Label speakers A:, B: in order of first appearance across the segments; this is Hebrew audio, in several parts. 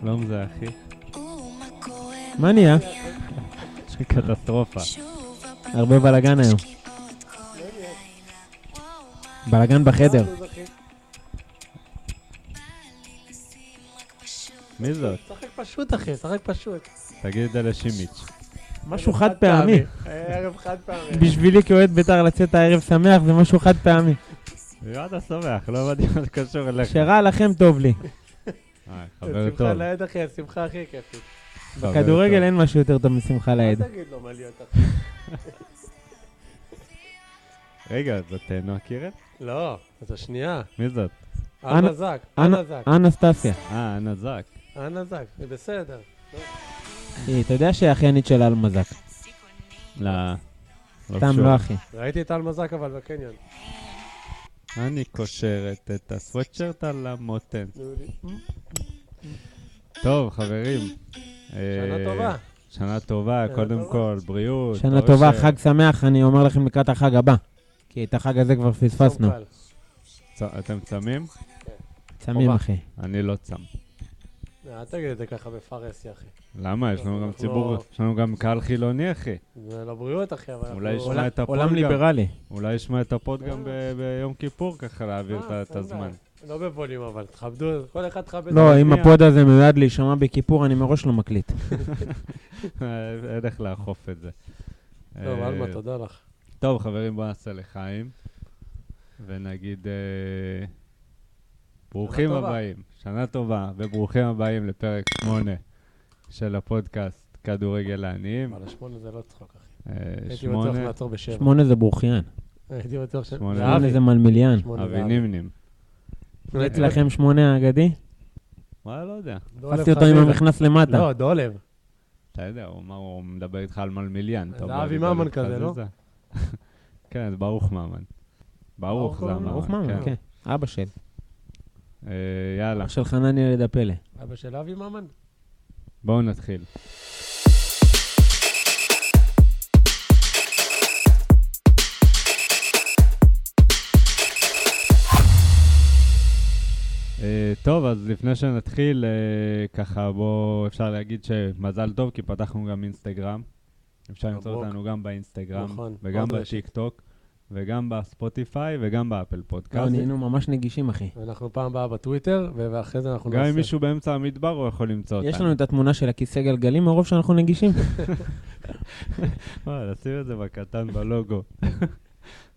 A: שלום זה לא אחי.
B: מה נהיה?
A: קטסטרופה.
B: הרבה בלאגן היום. בלאגן בחדר.
A: מי זאת?
C: שחק פשוט, אחי, שחק פשוט.
A: תגיד את זה לשימיץ'.
B: משהו חד פעמי.
C: אה, ערב חד פעמי.
B: בשבילי כאוהד בית"ר לצאת הערב שמח זה משהו חד פעמי.
A: אתה שמח, לא הבנתי מה זה קשור אליך.
B: שרע לכם טוב לי.
A: אה, חבר טוב.
C: שמחה לעד, אחי, השמחה הכי כיפית.
A: חבר טוב.
B: בכדורגל אין משהו יותר טוב משמחה
C: מה
B: לאיד.
C: תגיד לו מה להיות, אחי?
A: רגע, זאת אה, נועה קירל?
C: לא, אז השנייה.
A: מי זאת?
C: אנה זק, אנה זק,
B: אנסטסיה.
A: אה, אנה זק.
C: אנה זק, זה בסדר.
B: היא, אתה יודע שהיא אחיינית של אלמה זק.
A: לא. לא
B: סתם
A: קשור.
B: לא אחי.
C: ראיתי את אלמה זק אבל בקניון.
B: לא.
A: אני קושרת את הסוואטשרט על המותן.
C: נו, לי.
A: טוב, חברים.
C: שנה
A: אה,
C: טובה.
A: שנה טובה,
C: שנה
A: קודם
C: טובה.
A: כל, בריאות.
B: שנה טובה,
A: אושר.
B: חג שמח, אני אומר לכם לקראת החג הבא. כי את החג הזה כבר פספסנו.
C: קל.
A: צ- אתם צמים?
B: צמים
A: חובה.
B: אחי.
A: אני לא צם.
C: אה, אל תגיד את זה ככה בפרסי, אחי.
A: למה? יש לנו גם
C: אנחנו
A: ציבור,
C: לא-
A: יש לנו גם קהל חילוני, אחי.
C: זה לבריאות, אחי, אבל
A: אולי
C: אנחנו-
A: ישמע את הפוד
B: עולם
A: גם.
B: ליברלי.
A: אולי ישמע את הפוד גם ב- ביום כיפור, ככה להעביר את
C: אה,
A: ה- את הזמן.
C: לא בבולים אבל, תכבדו, כל אחד תכבד.
B: לא, אם
A: שנייה.
B: הפוד הזה מיועד להישמע בכיפור, אני מראש לא מקליט.
A: אה, אין איך לאכוף את זה.
C: טוב,
A: אה,
C: אלמה, לא, תודה לך.
A: טוב, חברים, בואו נעשה לחיים, ונגיד אה, ברוכים
C: טובה.
A: הבאים, שנה טובה, וברוכים הבאים לפרק 8 של הפודקאסט כדורגל לעניים.
C: אבל השמונה זה לא צחוק, אחי.
A: אה,
C: הייתי בטוח
A: שמונה,
C: לעצור בשבע.
B: שמונה זה ברוכיאן.
C: הייתי בטוח ש...
A: שמונה.
C: זה
B: שמונה
C: אבי.
B: זה מלמיליאן.
C: שמונה זה
A: אבי
C: אבי.
A: נימנים.
C: ראיתי לכם.
B: אצלכם שמונה האגדי?
A: מה, לא יודע.
C: דולב
B: תפסתי אותו עם
C: חזיזה.
B: המכנס למטה.
C: לא, דולב.
A: אתה יודע, הוא אמר, הוא מדבר איתך על מלמיליאן. אתה
C: זה
A: בא
C: אבי
A: לדבר
C: ממן
A: איתך
C: כזה,
A: על
C: לא?
A: זה. כן, זה ברוך ממן. ברוך זה
C: ברוך
A: הממן.
B: ברוך ממן, כן. אבא של.
A: אה, יאללה,
B: אבא של חנן ילד הפלא.
C: אבא של אבי ממן?
A: בואו נתחיל. אה, טוב, אז לפני שנתחיל, אה, ככה בואו, אפשר להגיד שמזל טוב, כי פתחנו גם אינסטגרם. אפשר למצוא
C: מברוק.
A: אותנו גם באינסטגרם,
C: נכון,
A: וגם
C: עוד רשת.
A: בטיקטוק, וגם בספוטיפיי, וגם באפל
B: לא,
A: פודקאסט.
B: נהיינו ממש נגישים, אחי.
C: אנחנו פעם באה בטוויטר, ואחרי זה אנחנו
A: גם אם מישהו באמצע המדבר, הוא יכול למצוא אותנו.
B: יש לנו את התמונה של הכיסא גלגלים מרוב שאנחנו נגישים.
A: וואי, לשים אה, את זה בקטן בלוגו. רעיון.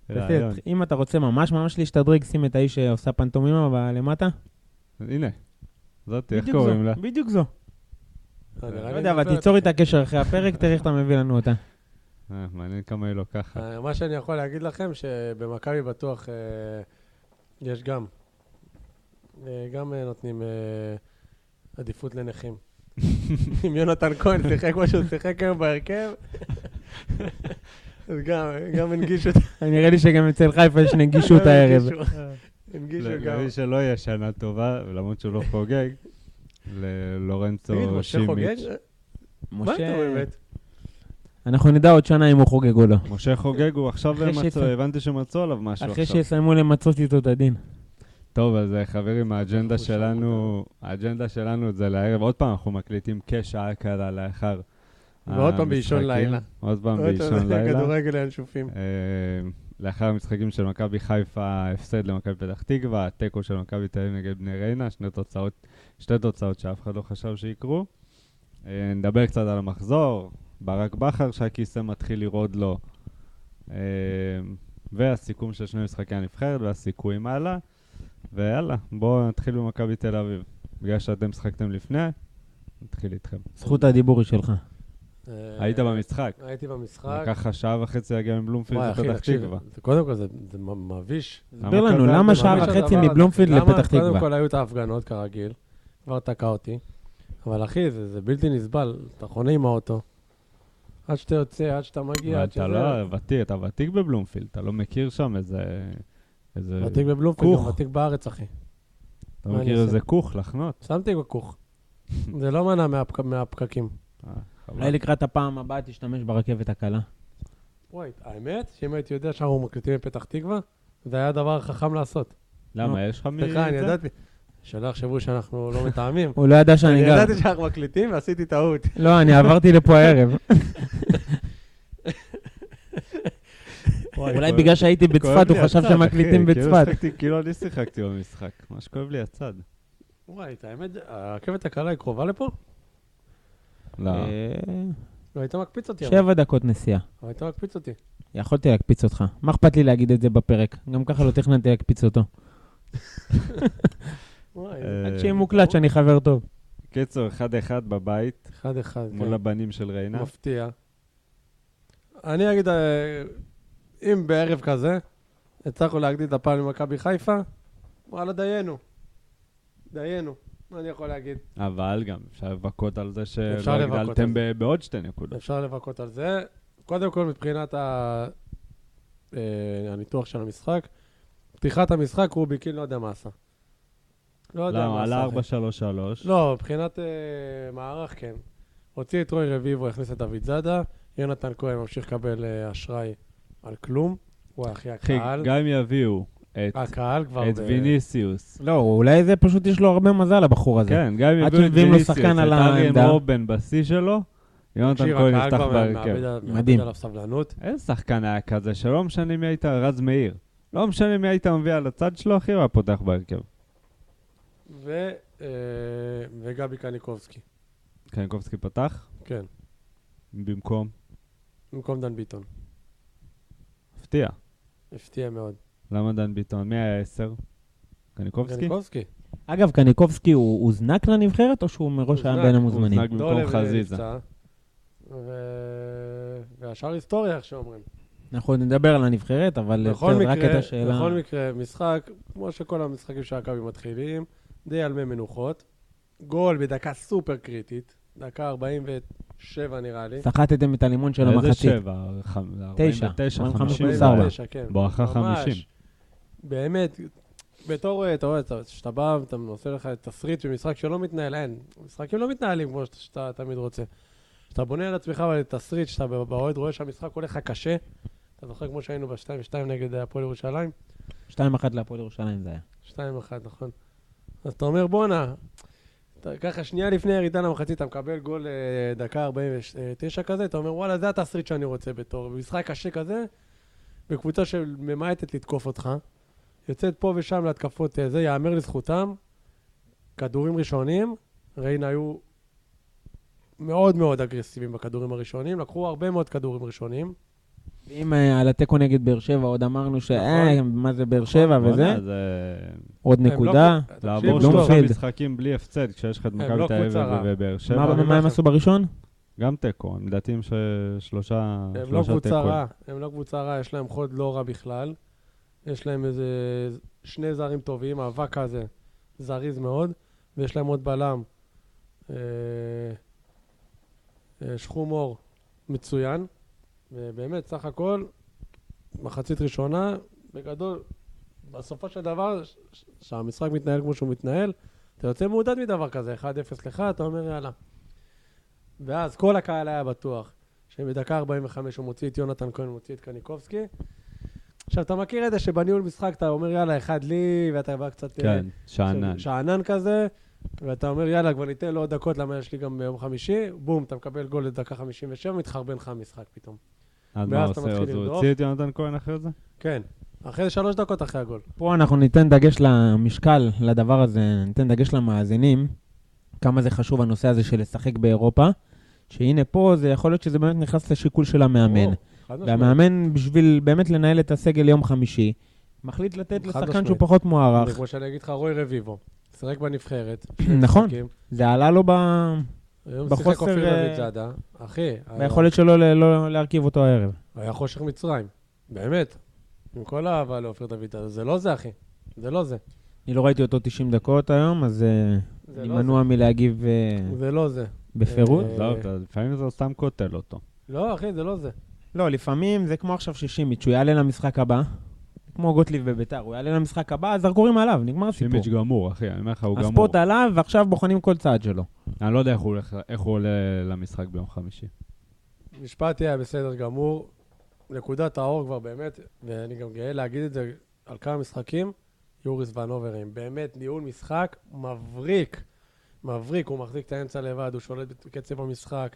B: בסדר, אם אתה רוצה ממש ממש להשתדרג, שים את האיש שעושה פנטומימה ב- למטה.
A: הנה, זאת, איך
B: בדיוק
A: קוראים
B: זו,
A: לה?
B: בדיוק זו.
C: אה, נראה לי
B: לא יודע, אבל
C: מוכרת.
B: תיצור איתה קשר אחרי הפרק, תראה איך אתה מביא לנו אותה.
A: אה, מעניין כמה היא לוקחת.
C: אה, מה שאני יכול להגיד לכם, שבמכבי בטוח אה, יש גם. אה, גם אה, נותנים אה, עדיפות לנכים. אם יונתן כהן שיחק כמו שהוא שיחק היום בהרכב, אז גם, גם הנגישו את
B: נראה לי שגם אצל חיפה יש נגישות
C: גם
B: הערב.
C: הנגישו- הנגישו
B: לא,
A: ל-
C: גם.
A: למי שלא יהיה שנה טובה, למרות שהוא לא חוגג,
C: תגיד,
A: ללורנצו
C: משה חוגג?
A: שימיץ'.
C: מה אתה
B: משה,
C: באמת?
B: אנחנו נדע עוד שנה אם הוא חוגג או לא.
A: משה חוגג, הוא עכשיו
B: אחרי
A: מצאו,
B: שיצא-
A: הבנתי שמצאו עליו משהו
B: אחרי
A: עכשיו.
B: שיסיימו למצות איתו את הדין.
A: טוב, אז אה, חברים, האג'נדה
C: אנחנו
A: שלנו, האג'נדה שלנו זה לערב, עוד פעם, אנחנו מקליטים כשעה קלה לאחר אה,
C: ועוד פעם באישון
A: המשחקים.
C: לילה.
A: עוד פעם
C: אוי, אתה
A: באישון
C: יודע,
A: לילה.
C: כדורגל הינשופים.
A: אה, לאחר המשחקים של מכבי חיפה, הפסד למכבי פתח תקווה, תיקו של מכבי תל אביב נגד בני ריינה, שני תוצאות, שתי תוצאות שאף אחד לא חשב שיקרו. אה, נדבר קצת על המחזור, ברק בכר שהכיסא מתחיל לרעוד לו, אה, והסיכום של שני משחקי הנבחרת והסיכויים הלאה, ויאללה, בואו נתחיל במכבי תל אביב. בגלל שאתם משחקתם לפני, נתחיל איתכם.
B: זכות הדיבור היא שלך.
C: אה,
A: היית במשחק,
C: הייתי במשחק.
A: לקח לך שעה וחצי להגיע מבלומפילד
C: וואי, אחי,
A: לפתח
C: תקשיב,
A: תקווה.
C: זה- קודם כל זה זה מ- מביש.
B: תסביר
A: כזה
B: לנו,
A: הרבה?
B: למה
A: למה
B: שעה
C: מביש
B: וחצי
C: הדבר הזה.
B: מבלומפילד
C: למה?
B: לפתח
C: קודם
B: תקווה?
C: כל היו את ההפגנות כרגיל, כבר תקע אותי. אבל אחי, זה זה בלתי נסבל, אתה חונה עם האוטו. עד שאתה יוצא, עד שאתה מגיע,
A: אבל
C: עד שזה...
A: אתה לא ותיק, אתה ותיק בבלומפילד, אתה לא מכיר שם איזה... איזה...
C: ותיק בבלומפילד, גם
A: כוך.
C: ותיק בארץ, אחי.
A: אתה
C: מה אני
A: מכיר
C: אעשה?
A: איזה כוך לחנות?
C: שמתי בכוך. זה לא מנע מהפק- מהפקקים.
A: אה, חבל.
B: אולי לקראת הפעם הבאה תשתמש ברכבת הקלה.
C: וואי, האמת, שאם הייתי יודע שאנחנו מקליטים מפתח תקווה, זה היה הדבר החכם לעשות.
A: למה, יש לך מי...
C: סליחה, אני
A: זה?
C: ידעתי. שלא יחשבו שאנחנו לא מתאמים.
B: הוא לא ידע שאני
C: אני
B: גר.
C: ידעתי שאנחנו מקליטים ועשיתי טעות.
B: לא, אני עברתי לפה הערב. אולי
A: אה, כואב-
B: בגלל שהייתי בצפת, הוא חשב שמקליטים בצפת.
A: כאילו אני שיחקתי במשחק, ממש כואב לי הצד.
C: וואי, את האמת, הרכבת הקלה היא קרובה לפה?
A: לא,
B: אה,
C: לא, היית מקפיץ אותי. אבל.
B: שבע דקות נסיעה.
C: אבל היית מקפיץ אותי.
B: יכולתי להקפיץ אותך. מה אכפת לי להגיד את זה בפרק? גם ככה לא תכננתי להקפיץ אותו.
C: וואי,
A: אה,
B: רק שיהיה מוקלט שאני חבר טוב.
A: קיצור, אחד אחד בבית,
C: אחד אחד. כן.
A: מול הבנים של ריינה.
C: מפתיע. אני אגיד, אה, אם בערב כזה הצלחנו להגדיל את הפעם ממכבי חיפה, וואלה, דיינו. דיינו. מה אני יכול להגיד?
A: אבל גם אפשר לבכות על זה שלא
C: אפשר לבכות על
A: הגדלתם
C: זה.
A: ב- בעוד שתי נקודות.
C: אפשר לבכות על זה. קודם כל, מבחינת ה... אה, הניתוח של המשחק, פתיחת המשחק, רובי קין לא יודע מה עשה. לא יודע
A: למה?
C: מה
A: על
C: עשה. אחי.
A: 4-3-3.
C: לא, מבחינת אה, מערך, כן. הוציא את רוי רביבו, הכניס את דוד זאדה, יונתן כהן ממשיך לקבל אה, אשראי על כלום. וואי, אחי,
A: אחי,
C: הקהל,
A: גם אם יביאו את-
C: הקהל כבר...
A: את
C: ב-
A: ויניסיוס.
B: לא, אולי זה פשוט יש לו הרבה מזל, הבחור הזה.
A: כן, גם אם
B: עד
A: יביאו את
B: שמביאים לו
A: ויניסיוס, את
B: שחקן על
A: אריאן
B: העמדה.
A: רובן בשיא שלו, יונתן
C: תקשיב,
A: כהן כן.
C: הקהל
A: יפתח
C: כבר
A: בהרכב.
C: מאבד עליו- מאבד
B: מדהים.
C: עליו סבלנות.
A: איזה שחקן היה כזה, שלא משנה מי היית, רז מאיר. לא משנה מי היית מביא על הצד שלו, אחי, הוא היה פותח בהרכב.
C: ו- אה, וגבי קניקובסקי,
A: קניקובסקי פתח,
C: כן,
A: במקום.
C: במקום דן ביטון.
A: הפתיע.
C: הפתיע מאוד.
A: למה דן ביטון? מי היה עשר? קניקובסקי?
C: קניקובסקי.
B: אגב, קניקובסקי הוא הוזנק לנבחרת, או שהוא מראש היה
C: הוזנק,
B: בין המוזמנים?
A: הוזנק במקום
C: דולב, אה,
A: חזיזה.
C: נפצע. ו- והשאר היסטוריה, איך שאומרים.
B: אנחנו נדבר על הנבחרת, אבל
C: בכל
B: בסדר, רק את
C: מקרה,
B: השאלה.
C: בכל מקרה, משחק, כמו שכל המשחקים של מכבי מתחילים, די על מי מנוחות. גול בדקה סופר קריטית, דקה 47 נראה לי.
B: סחטתם את הלימון של
A: איזה
B: המחצית.
A: שבע? חמ-
B: תשע.
A: 49,
B: ארבעים וחמש,
A: 50.
B: 54.
C: כן.
A: בואכה
C: ממש.
A: 50.
C: באמת, בתור, אה, אתה רואה, אתה- כשאתה בא, אתה עושה לך תסריט במשחק שלא מתנהל, אין. משחקים לא מתנהלים כמו שאתה- שאתה תמיד רוצה. כשאתה בונה על עצמך אבל תסריט, שאתה ב- באוהד רואה שהמשחק הולך לך קשה, אתה זוכר כמו שהיינו ב-2-2 נגד אה, הפועל ירושלים?
B: 2-1 להפועל ירושלים זה היה.
C: 2-1, נכון. אז אתה אומר, בואנה, אתה- ככה שנייה לפני הירידה למחצית, אתה מקבל גול אה, דקה 49 כזה, אתה אומר, וואלה, זה התסריט שאני רוצה בתור. במשחק קשה כזה, בקבוצה שממעטת לתקוף אותך, יוצאת פה ושם להתקפות אה, זה, יאמר לזכותם, כדורים ראשונים, ריינה היו מאוד מאוד אגרסיביים בכדורים הראשונים, לקחו הרבה מאוד כדורים ראשונים.
B: אם אה, על התיקו נגד באר שבע עוד אמרנו ש... אה, מה זה באר שבע וזה,
A: בואנה, זה...
B: עוד
C: נכון. הם לא-
B: נקודה.
C: תקשיב,
A: לעבור
C: לא,
A: שלושה
B: מפחיד.
A: משחקים בלי הפסד, כשיש לך את
C: הם
A: מכבי
C: לא
A: תל
C: קבוצה רעה.
A: אביב ובאר שבע.
B: מה
C: אני
B: מה
C: אומר
B: הם
C: לך.
B: עשו בראשון?
A: גם תיקו, הם לדעתי הם ש- שלושה
C: הם לא
A: אה, שלושה
C: קבוצה
A: תיקו.
C: רעה, הם לא קבוצה רעה, יש להם חוד לא רע בכלל. יש להם איזה שני זרים טובים, האבק הזה זריז מאוד, ויש להם עוד בלם, אה, אה, שחום אור מצוין, ובאמת, סך הכל, מחצית ראשונה, בגדול, בסופו של דבר, ש- ש- שהמשחק מתנהל כמו שהוא מתנהל, אתה יוצא מעודד מדבר כזה, 1-0 לך, אתה אומר יאללה. ואז כל הקהל היה בטוח שבדקה 45 הוא מוציא את יונתן כהן, מוציא את קניקובסקי. עכשיו, אתה מכיר את זה שבניהול משחק אתה אומר יאללה, אחד לי, ואתה בא קצת... אה,
A: כן, שאנן.
C: שאנן כזה, ואתה אומר, יאללה, כבר ניתן לו עוד דקות, למה יש לי גם ביום חמישי, בום, אתה מקבל גול לדקה 57, מתחרבן לך המשחק פתאום.
A: אז מה
C: ואז
A: עושה?
C: אתה
A: אז
C: מתחיל
A: הוא
C: לרדוף.
A: הוציא את יונתן כהן אחרי זה?
C: כן. אחרי שלוש דקות אחרי הגול.
B: פה אנחנו ניתן דגש למשקל, לדבר הזה, ניתן דגש למאזינים, כמה זה חשוב הנושא הזה של לשחק באירופה, שהנה פה, זה יכול להיות שזה באמת נכנס לשיקול של המאמן.
C: או, חד משמעית.
B: והמאמן, בשביל באמת לנהל את הסגל יום חמישי, מחליט לתת
C: חד
B: לשחקן
C: משמעית.
B: שהוא פחות מוערך.
C: כמו שאני אגיד לך, רוי רביבו, שיחק בנבחרת.
B: נכון.
C: משחקים.
B: זה עלה לו ב...
C: היום
B: בחוסר,
C: שיחק אופיר
B: אה,
C: דוידזאדה. אחי,
B: ביכולת שלו ל- לא להרכיב אותו הערב.
C: היה חושך מצרים. באמת. עם כל האהבה לאופיר דוידזאדה. זה לא זה, אחי. זה לא זה.
B: אני לא ראיתי אותו 90 דקות היום, אז אה,
C: זה
B: אני
C: לא
B: מנוע מלהגיב אה,
C: זה. זה לא זה.
B: בפירוט.
C: אה,
A: עזוב, אתה- לא, לפעמים אתה סתם קוטל אותו.
C: לא, אחי, זה לא זה.
B: לא, לפעמים זה כמו עכשיו 60 שהוא יעלה למשחק הבא, כמו גוטליב בביתר, הוא יעלה למשחק הבא, הזרקורים עליו, נגמר הסיפור.
A: שימיץ' גמור, אחי, אני אומר לך, הוא גמור.
B: הספורט עליו, ועכשיו בוחנים כל צעד שלו.
A: אני לא יודע איך הוא הולך- איך הוא עולה למשחק ביום חמישי.
C: משפט היה בסדר גמור. נקודת האור כבר באמת, ואני גם גאה להגיד את זה על כמה משחקים, יוריס ונוברים. באמת, ניהול משחק מבריק. מבריק, הוא מחזיק את האמצע לבד, הוא שולט בקצב המשחק,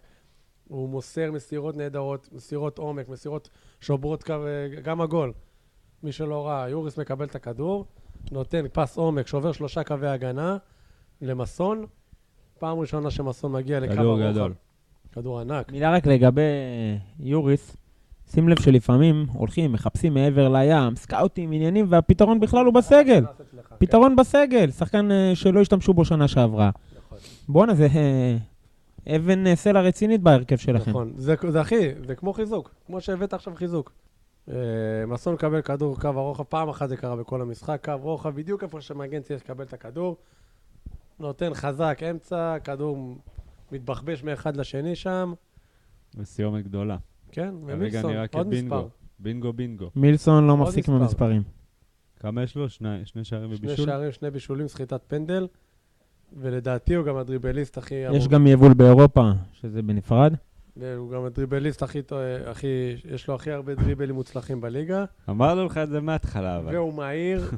C: הוא מוסר מסירות נהדרות, מסירות עומק, מסירות שוברות קו, גם הגול. מי שלא ראה, יוריס מקבל את הכדור, נותן פס עומק, שובר שלושה קווי הגנה למסון. פעם ראשונה שמסון מגיע לקו
A: כדור
C: הרוחב.
A: גדול.
C: כדור ענק.
B: מילה רק לגבי אה, יוריס, שים לב שלפעמים הולכים, מחפשים מעבר לים, סקאוטים, עניינים, והפתרון בכלל הוא בסגל.
C: נכנס אצלך, כן.
B: פתרון בסגל, שחקן אה, שלא השתמשו בו שנה שעברה.
C: נכון.
B: בואנה, זה אה, אבן אה, סלע רצינית בהרכב שלכם.
C: נכון. זה, זה אחי, זה כמו חיזוק, כמו שהבאת עכשיו חיזוק. אה, מסון מקבל כדור קו הרוחב, פעם אחת זה קרה בכל המשחק, קו רוחב, בדיוק איפה שמגן צריך לקבל את הכדור. נותן חזק, אמצע, כדור מתבחבש מאחד לשני שם.
A: וסיומת גדולה.
C: כן,
A: כרגע
C: ומילסון,
A: נראה
C: עוד מספר.
A: כבינגו. לא בינגו בינגו.
B: מילסון לא
C: עוד
B: מפסיק
C: מספר.
B: ממספרים.
A: כמה יש לו? שני שני שערים
C: שני
A: ובישול?
C: שערים, שני בישולים, סחיטת פנדל. ולדעתי הוא גם הדריבליסט הכי...
B: יש
C: אמור-
B: גם יבול באירופה, שזה בנפרד.
C: כן, הוא גם הדריבליסט הכי... טוב, אה, הכי... יש לו הכי הרבה דריבלים מוצלחים בליגה.
A: אמרנו לך את זה מההתחלה, אבל.
C: והוא מהיר,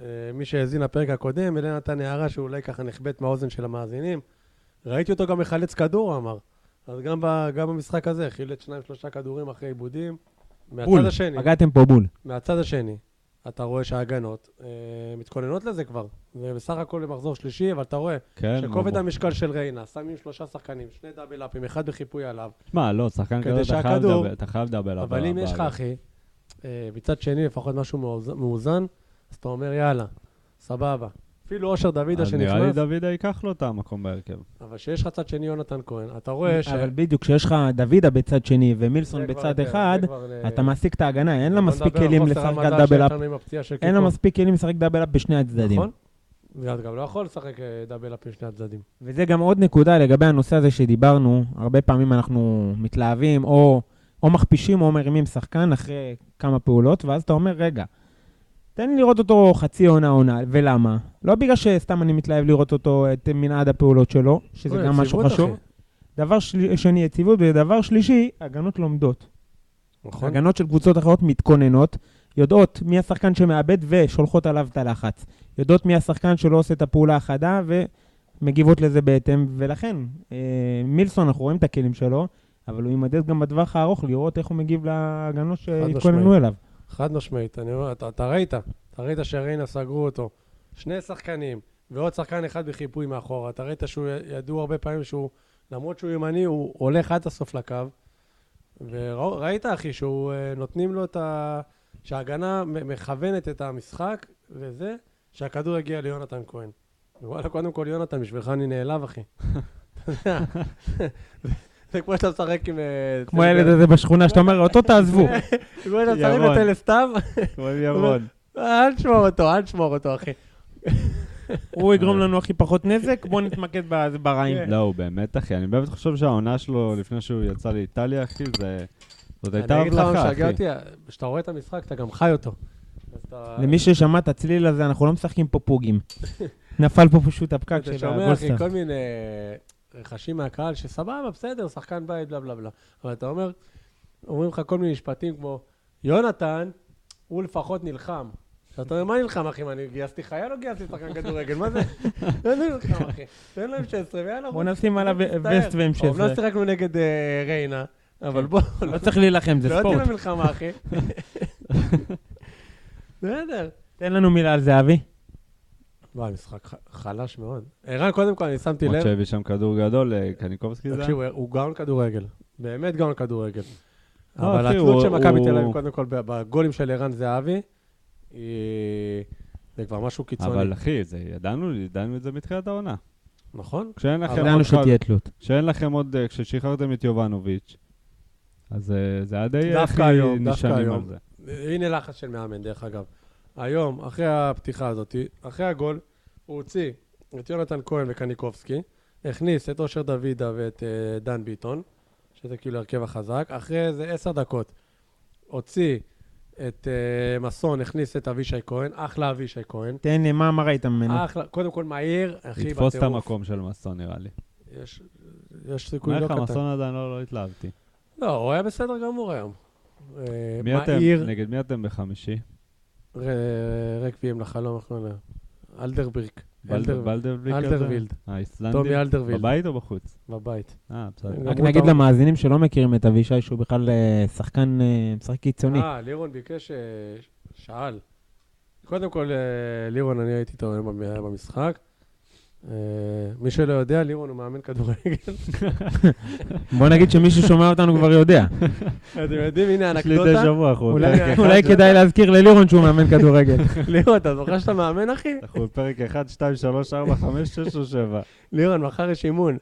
C: ומי שהאזין לפרק הקודם, אלן נתן הערה שאולי ככה נחבאת מהאוזן של המאזינים. ראיתי אותו גם מחלץ כדור, הוא אמר. אז גם, ב, גם במשחק הזה, חילץ שניים, שלושה כדורים אחרי עיבודים. מהצד
B: בול,
C: השני,
B: פגעתם פה בול.
C: מהצד השני, אתה רואה שההגנות אה, מתכוננות לזה כבר. זה בסך הכל במחזור שלישי, אבל אתה רואה
A: כן,
C: שכובד
A: הוא-
C: המשקל של ריינה, שמים שלושה שחקנים, שני דאבל אפים, אחד בחיפוי עליו,
A: שמע, לא, שחקן
C: כדי
A: כזה אתה חייב
C: שהכדור-
A: לדבר- אתה חייב לדבר.
C: אבל אם יש לך, אחי, אה, מצד שני לפחות משהו מאוז- מאוזן, אז אתה אומר, יאללה, סבבה. אפילו אושר דוידה
A: אז נראה לי
C: שנכנס,
A: דוידה ייקח לו את המקום בהרכב.
C: אבל כשיש לך צד שני יונתן כהן, אתה רואה ש...
B: אבל בדיוק, כשיש לך דוידה בצד שני
C: זה
B: ומילסון
C: כבר-
B: בצד
C: כן, זה
B: אחד,
C: כבר, אה,
B: אתה מעסיק את ההגנה, אין לה
C: בוא
B: מספיק
C: נדבר על
B: כלים
C: חוסר
B: לשחק
C: המזל
B: על דאבל אפ.
C: שיש לנו עם הפציעה של
B: אין לה
C: קיקו.
B: מספיק כלים לשחק דאבל אפ בשני הצדדים.
C: נכון? ואז גם לא יכול לשחק אה, דאבל אפ עם שני הצדדים.
B: וזה גם עוד נקודה לגבי הנושא הזה שדיברנו, הרבה פעמים אנחנו מתלהבים או, או מכפישים או מרימים שחקן אחרי כמה פעולות, ואז אתה אומר, רגע, תן לי לראות אותו חצי עונה עונה, ולמה? לא בגלל שסתם אני מתלהב לראות אותו, את מנעד הפעולות שלו, שזה
C: לא,
B: גם משהו
C: יציבות, אחי.
B: חשוב. דבר של... שני, יציבות, ודבר שלישי, הגנות לומדות.
C: נכון?
B: הגנות של קבוצות אחרות מתכוננות, יודעות מי השחקן שמאבד ושולחות עליו את הלחץ. יודעות מי השחקן שלא עושה את הפעולה החדה ומגיבות לזה בהתאם, ולכן אה, מילסון, אנחנו רואים את הכלים שלו, אבל הוא יימדד גם בטווח הארוך לראות איך הוא מגיב להגנות שהתכוננו
C: משמעית.
B: אליו.
C: חד משמעית, אני אומר, אתה, אתה ראית, אתה ראית שריינה סגרו אותו. שני שחקנים ועוד שחקן אחד בחיפוי מאחורה. אתה ראית שהוא, י- ידעו הרבה פעמים שהוא, למרות שהוא ימני, הוא הולך עד הסוף לקו. וראית, אחי, שהוא, אה, נותנים לו את ה... שההגנה מ- מכוונת את המשחק לזה שהכדור יגיע ליונתן כהן. וואלה, קודם כל, יונתן, בשבילך אני נעלב, אחי. אתה יודע, זה כמו שאתה משחק עם... אה,
B: כמו הילד הזה בשכונה שאתה אומר, אותו תעזבו.
C: כמו שאתה משחק
A: ירון.
C: בטל סתיו,
A: כמו ירון.
C: אל תשמור אותו, אל תשמור אותו, אחי.
B: הוא יגרום לנו הכי פחות נזק, בואו נתמקד ב- ברעים.
C: כן.
A: לא, הוא באמת, אחי, אני באמת חושב שהעונה שלו, לפני שהוא יצא לאיטליה, אחי, זה... זאת הייתה
C: אני אגיד לך מה
A: הבלחה,
C: משגע
A: אחי.
C: אותי, כשאתה רואה את המשחק, אתה גם חי אותו. אז אתה-
B: למי ששמע את הצליל הזה, אנחנו לא משחקים פה פוגים. נפל פה פשוט הפקק
C: אתה
B: של
C: שומע, אחי,
B: הגולדסטאר.
C: כל מיני אה, רכשים מהקהל, שסבבה, בסדר, שחקן בית, בלה בלה בלה. אבל אתה אומר, אומרים לך כל מיני משפטים כמו, יונתן, הוא לפחות נלחם. אתה אומר, מה נלחם, אחי? מה, אני גייסתי חייל או גייסתי שחקן כדורגל? מה זה? מה זה נלחם, אחי? תן להם 16, ויאללה,
B: בוא נשים עליו
C: תסתער.
B: וסט והמשך.
C: אומנם לא שיחקנו נגד אה, ריינה, אבל בוא,
B: לא צריך להילחם, זה
C: לא
B: ספורט.
C: יוצאים למלחמה, אחי. בסדר.
B: תן לנו מילה על זה, אבי.
C: וואי, משחק ח- חלש מאוד. ערן, קודם כל, אני שמתי
A: למרות
C: לב,
A: שהביא שם כדור גדול, אה, קניקובסקי זה? היה?
C: תקשיבו, הוא גאון כדורגל. באמת גאון כדורגל.
A: לא,
C: אבל
A: אחי,
C: התלות
A: הוא-
C: של מכבי
A: הוא-
C: תל אביב, קודם כל, ב- בגולים של ערן זהבי, היא- זה כבר משהו קיצוני.
A: אבל אחי, זה- ידענו ידענו את זה מתחילת העונה.
C: נכון?
A: כשאין לכם
B: ידענו
A: עוד חלוץ-
B: לא שתהיה תלות.
A: כשאין לכם עוד, אה, כששחררתם את יובנוביץ', אז אה, זה היה די אה,
C: דווקא
A: הכי
C: היום, דווקא
A: נשענים על
C: היום.
A: זה.
C: הנה לחץ של מאמן, דרך אגב. היום, אחרי הפתיחה הזאת, אחרי הגול, הוא הוציא את יונתן כהן וקניקובסקי, הכניס את אושר דוידה ואת אה, דן ביטון, שזה כאילו הרכב החזק, אחרי איזה עשר דקות, הוציא את אה, מסון, הכניס את אבישי כהן, אחלה אבישי כהן.
B: תן לי, מה מה ראית ממנו?
C: אחלה, קודם כל מהיר, אחי, בטירוף.
A: לתפוס את המקום של מסון, נראה לי.
C: יש, יש סיכוי
A: אומר
C: לא
A: לך,
C: קטן.
A: מסון עדיין לא לא התלהבתי.
C: לא, הוא היה בסדר גמור היום. אה,
A: מי אתם?
C: מהיר,
A: נגד מי אתם בחמישי?
C: ר- ריק פיים לחלום, איך קוראים להם? אלדרבריק. אלדר-
A: בלדרבליק הזה?
C: אלדרווילד.
A: האיסלנדי?
C: טומי אלדרווילד,
A: אה, בבית או בחוץ?
C: בבית.
A: אה, בסדר.
C: גם
B: רק
C: הוא
B: נגיד
C: טוב.
B: למאזינים שלא מכירים את אבישי, שהוא בכלל אה, שחקן, אה, משחק קיצוני.
C: אה, לירון ביקש, אה, ש- שאל. קודם כל, אה, לירון, אני הייתי איתו היום במ- היה במשחק. אה, מי שלא יודע, לירון הוא מאמן כדורגל.
B: בוא נגיד שמי ששומע אותנו כבר יודע.
C: אתם יודעים, הנה
A: יש לי דז'ה
C: אנקדוטה.
A: וו, אנחנו
C: אולי-
A: בפרק אחד-
B: אולי כדאי להזכיר ללירון שהוא מאמן כדורגל.
C: לירון, אתה זוכר שאתה מאמן, אחי?
A: אנחנו בפרק 1, 2, 3, 4, 5, 6 או 7.
C: לירון, מחר יש אימון.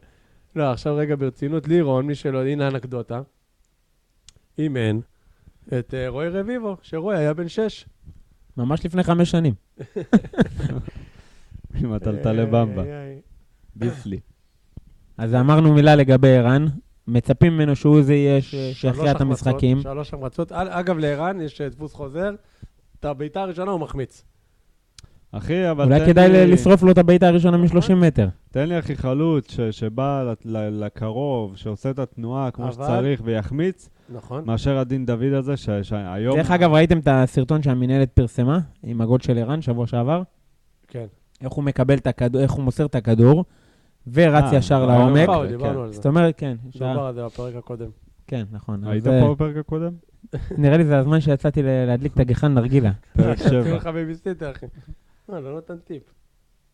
C: לא, עכשיו רגע ברצינות. לירון, מי שלא יודע, הנה אנקדוטה. אימן את אה, רועי רביבו, שרועי היה בן שש.
B: ממש לפני חמש שנים.
A: עם הטלטלי במבה.
C: אה, איי, איי, איי.
A: עדיף לי.
B: אז אמרנו מילה לגבי ערן. מצפים ממנו שהוא זה יהיה ש- שיכריע
C: שלוש
B: את
C: החמצות,
B: המשחקים.
C: שלוש המרצות. אגב, לערן יש אה, דפוס חוזר. את הבעיטה הראשונה הוא מחמיץ.
A: אחי, אבל
B: אולי
A: תן
B: כדאי
A: לי-
B: ל- לשרוף לו את הבעיטה הראשונה מ-30 מטר.
A: תן לי אחי חלוץ ש- שבא לת- ל- לקרוב, שעושה את התנועה כמו
C: אבל-
A: שצריך ויחמיץ,
C: נכון.
A: מאשר הדין דוד הזה ש- שהיום...
B: דרך אגב, ראיתם את הסרטון שהמינהלת פרסמה, עם הגול של ערן, שבוע שעבר?
C: כן.
B: איך הוא מקבל את הכדור, איך הוא מוסר את הכדור, ורץ
A: אה,
B: ישר
A: אבל
B: לעומק.
A: לא
C: וואו, נכון, דיברנו על זה.
B: זאת אומרת, כן, ישר-
C: דובר על זה בפרק הקודם.
B: כן, נכון.
A: היית
B: אז,
A: פה בפרק הקודם?
B: אה, נראה לי זה הזמן שיצאתי ל- להדליק את הגחן נרגילה.
A: פרק
C: עשינו
A: 7.
C: לך בייביסיטר, כן, אחי. לא, לא נתן טיפ.